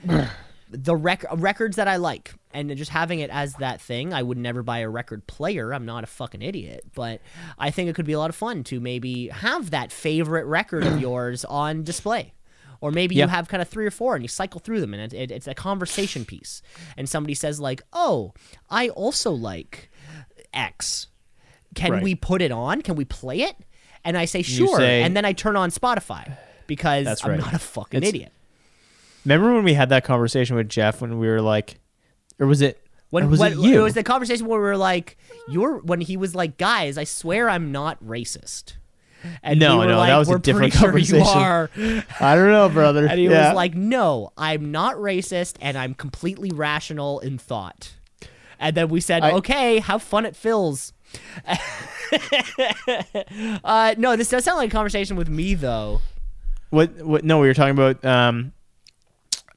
the rec- records that I like and just having it as that thing. I would never buy a record player. I'm not a fucking idiot, but I think it could be a lot of fun to maybe have that favorite record of yours on display. Or maybe Yeah. you have kind of three or four and you cycle through them and it, it, it's a conversation piece. And somebody says, like, oh, I also like X. Can Right. we put it on? Can we play it? And I say, sure. say- and then I turn on Spotify because That's I'm right. not a fucking It's- idiot. Remember when we had that conversation with Jeff when we were like, or was it? When, or Oh, was when- it you? It was the conversation where we were like, "You're." When he was like, "Guys, I swear I'm not racist," And No, we were no, like, that was a we're different pretty sure you conversation. are. I don't know, brother. And he Yeah. was like, "No, I'm not racist, and I'm completely rational in thought." And then we said, I- "Okay, have fun at Phil's." uh, no, this does sound like a conversation with me though. what? What? No, we were talking about. Um,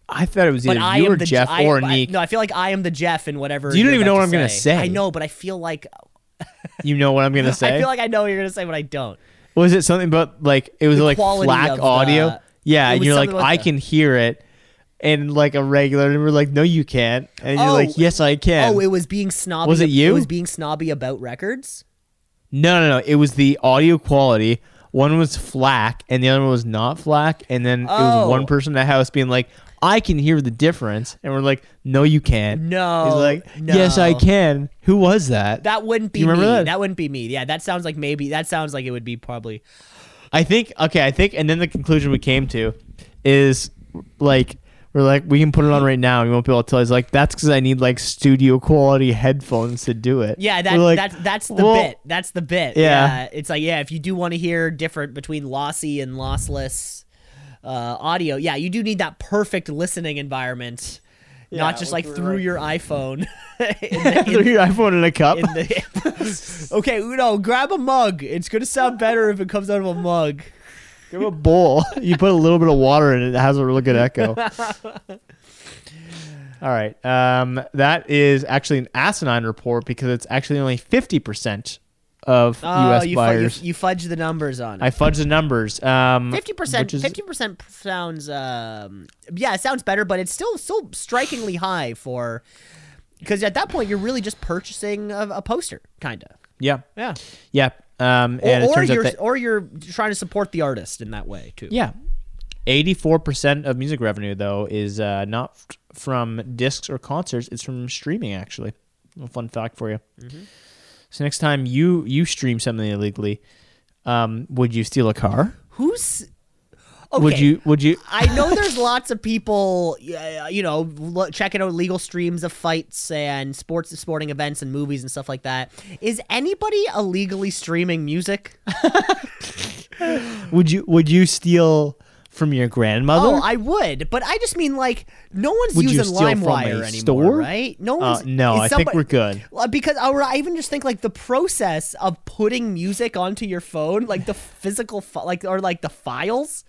I thought it was But either I you am or the Jeff I- or I- Neek. no, I feel like I am the Jeff in whatever. You you're don't even about know what to I'm gonna say. I know, but I feel like You know what I'm gonna say? I feel like I know what you're gonna say, but I don't. was it something about like it was The like quality of flack the- audio? yeah, it and was you're like, something about I the- can hear it, and like a regular, and we're like, no, you can't, and you're Oh. like, yes, I can. oh, it was being snobby. Was it you? It was being snobby about records. no, no, no. It was the audio quality. One was flack, and the other one was not flack, and then it was Oh. one person in the house being like, I can hear the difference, and we're like, no, you can't. No, He's like, Oh, yes, no. I can. Who was that? That wouldn't be You me. remember that? That? wouldn't be me. Yeah, that sounds like maybe. That sounds like it would be probably. I think okay, I think and then the conclusion we came to is like we're like we can put it on right now. You won't be able to tell. He's like that's because I need like studio quality headphones to do it. Yeah, that We're like, that's that's the well, bit. That's the bit. yeah. it's like yeah, if you do want to hear different between lossy and lossless uh, audio, yeah, you do need that perfect listening environment, not just like through your iPhone. in the- in Throw your iPhone in a cup. in the okay, Uno, grab a mug. It's gonna sound better if it comes out of a mug. Give a bowl. you put a little bit of water in it. It has a really good echo. All right. Um, that is actually an asinine report because it's actually only fifty percent of Oh, U.S. you, fu- you, buyers. you fudge the numbers on I it. fudged the numbers. Um, Fifty percent. which is- Fifty percent sounds. Um, yeah, it sounds better, but it's still so strikingly high for. Because at that point, you're really just purchasing a, a poster, kind of. Yeah. Yeah. Yeah. Um, Or, and it or turns out you're that or you're trying to support the artist in that way too. yeah, eighty-four percent of music revenue though is uh, not f- from discs or concerts; it's from streaming. Actually, a fun fact for you. Mm-hmm. So next time you you stream something illegally, um, would you steal a car? Who's? Okay. Would you? Would you? I know there's lots of people, uh, you know, lo- checking out legal streams of fights and sports, sporting events, and movies and stuff like that. Is anybody illegally streaming music? Would you? Would you steal from your grandmother? Oh, I would, but I just mean like no one's Would you using steal from a LimeWire anymore, store? right? No Uh, one's. no, is I think somebody- we're good. Well, Because or I even just think like the process of putting music onto your phone, like the physical, fi- like or like the files,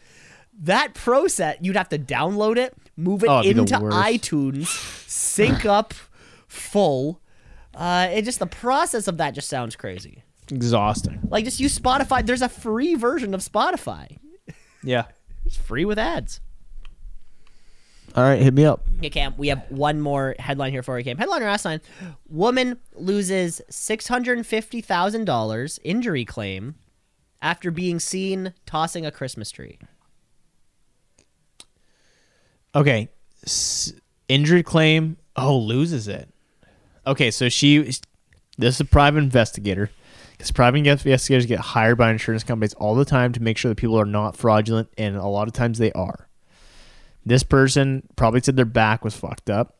that process you'd have to download it, move it Oh, it'd be the into worst. iTunes, sync up, full. Uh, it just the process of that just sounds crazy. Exhausting. Like just use Spotify. There's a free version of Spotify. Yeah. It's free with ads. All right, hit me up. Okay, Cam, we have one more headline here for you, Cam. Headline or asinine? Woman loses $650,000 injury claim after being seen tossing a Christmas tree. Okay. S- injury claim. Oh, loses it. Okay, so she. This is a private investigator. Because private investigators get hired by insurance companies all the time to make sure that people are not fraudulent, and a lot of times they are. This person probably said their back was fucked up,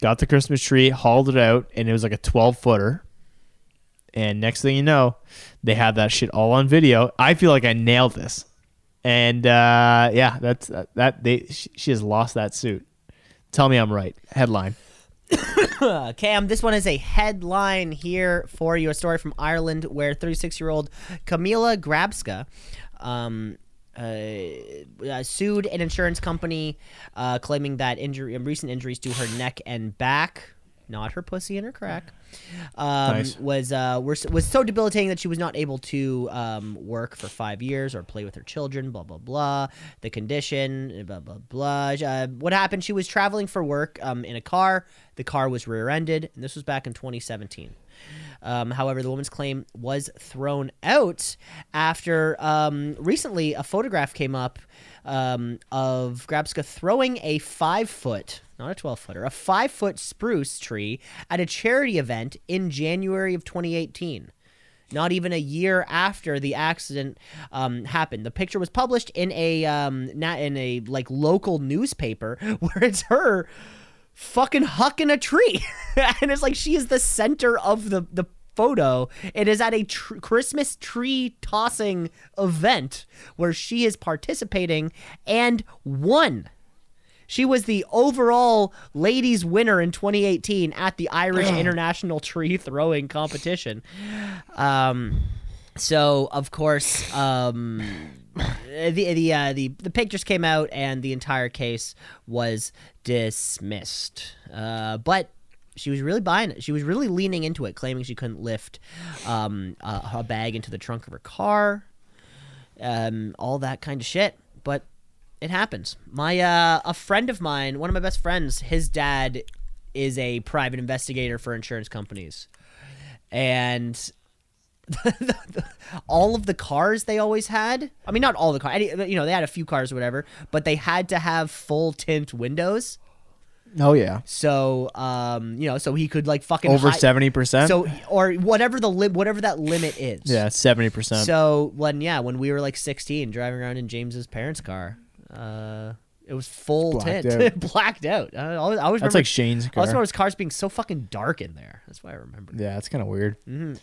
got the Christmas tree, hauled it out, and it was like a 12 footer. And next thing you know, they have that shit all on video. I feel like I nailed this. And uh, yeah, that's that, that they she, she has lost that suit. Tell me I'm right. Headline. Uh, Cam, this one is a headline here for you. A story from Ireland where 36 year old Camila Grabska um, uh, uh, sued an insurance company uh, claiming that injury, um, recent injuries to her neck and back, not her pussy and her crack, um, Nice. was, uh, were, was so debilitating that she was not able to um, work for five years or play with her children, blah, blah, blah. The condition, blah, blah, blah. Uh, what happened? She was traveling for work um, in a car. The car was rear ended, and this was back in 2017. Um, however, the woman's claim was thrown out after um, recently a photograph came up um, of Grabska throwing a five foot, not a 12 footer, a five foot spruce tree at a charity event in January of 2018. Not even a year after the accident um, happened, the picture was published in a um, not in a like local newspaper where it's her fucking hucking a tree. and it's like she is the center of the the photo. It is at a tr- Christmas tree tossing event where she is participating and won. She was the overall ladies winner in 2018 at the Irish International Tree Throwing Competition. Um, so of course, um, the the, uh, the the pictures came out and the entire case was dismissed. Uh, but she was really buying it. She was really leaning into it, claiming she couldn't lift um, a, a bag into the trunk of her car, um, all that kind of shit. But it happens. My uh, a friend of mine, one of my best friends, his dad is a private investigator for insurance companies, and all of the cars they always had. I mean, not all the cars. You know, they had a few cars or whatever, but they had to have full tint windows. Oh yeah, So, um, you know, so he could like fucking over hide- seventy percent. So, or whatever the lim- whatever that limit is. yeah, seventy percent. So when yeah, when we were like 16, driving around in James's parents' car, uh, it was full Blacked tint, out. blacked out. I always, I always That's remember, like Shane's Oh, I always remember car. his cars being so fucking dark in there. That's why I remember. Yeah, that's kind of weird. Mm-hmm.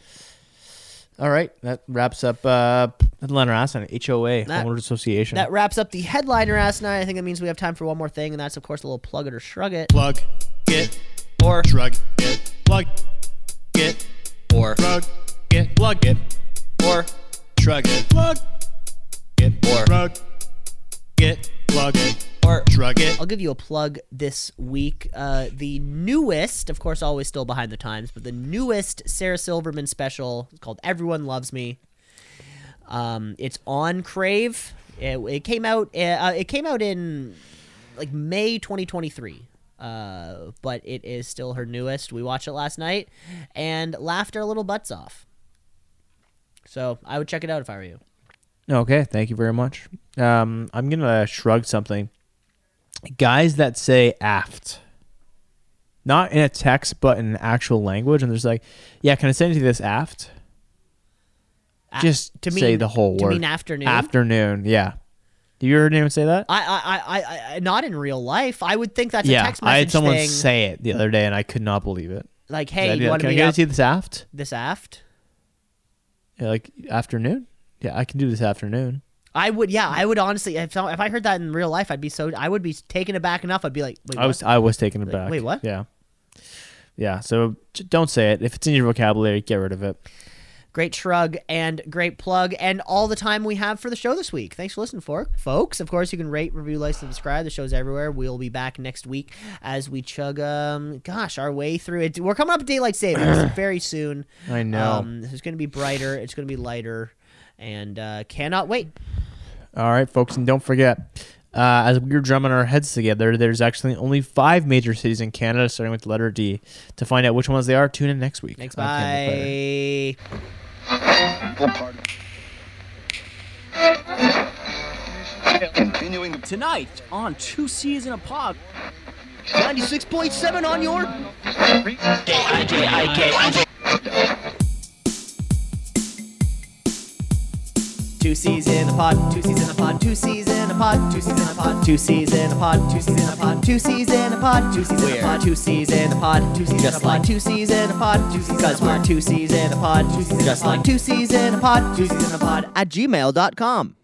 All right, that wraps up uh, Atlanta Rasa and HOA That- homeowners association. That wraps up the headliner ass night. I think that means we have time for one more thing, and that's of course a little plug it or shrug it. Plug it or shrug it. Plug it or shrug it. Plug it or shrug it. Plug it or shrug it. Plug it or shrug it. I'll give you a plug this week. Uh, the newest, of course, always still behind the times, but the newest Sarah Silverman special it's called "Everyone Loves Me." Um, it's on Crave. It, it came out. Uh, it came out in like May 2023. Uh, but it is still her newest. We watched it last night and laughed our little butts off. So I would check it out if I were you. Okay, thank you very much. Um, I'm gonna shrug something. Guys that say aft, not in a text but in actual language, and there's like, yeah, can I send you this aft? A- Just to say mean- the whole to word. mean afternoon? Afternoon, yeah. Do you ever anyone say that? I, I, I, I, I, not in real life. I would think that's a yeah, text message I had someone thing. say it the other day, and I could not believe it. like, I'd hey, be you like, want to can I meet get up you this aft? this aft? Yeah, like afternoon? Yeah, I can do this afternoon. I would, yeah, I would honestly, if, if I heard that in real life, I'd be so, I would be taken aback enough. I'd be like, wait, I was I was taken aback. wait, what? Yeah, yeah. So j- don't say it. If it's in your vocabulary, get rid of it. great shrug and great plug and all the time we have for the show this week thanks for listening for folks of course you can rate review like subscribe the show's everywhere we'll be back next week as we chug um gosh our way through it we're coming up to daylight savings very soon I know. um, it's gonna be brighter it's gonna be lighter and uh cannot wait All right, folks, and don't forget. Uh, as we were drumming our heads together, there's actually only five major cities in Canada, starting with the letter D. To find out which ones they are, tune in next week. thanks on Canada Fire. bye Continuing Tonight on Two C's in a Pod. 96.7 on your Two C's in a pod, two C's in a pod, two C's in a pod, two C's in a pod, two C's in a pod, two C's in a pod, two C's in a pod, two C's in a pod, two C's in a pod, two C's in a pod, two C's in a pod, two C's in a pod, two C's in a pod, two C's in a pod, two C's in a pod, two C's in a pod, at gmail.com.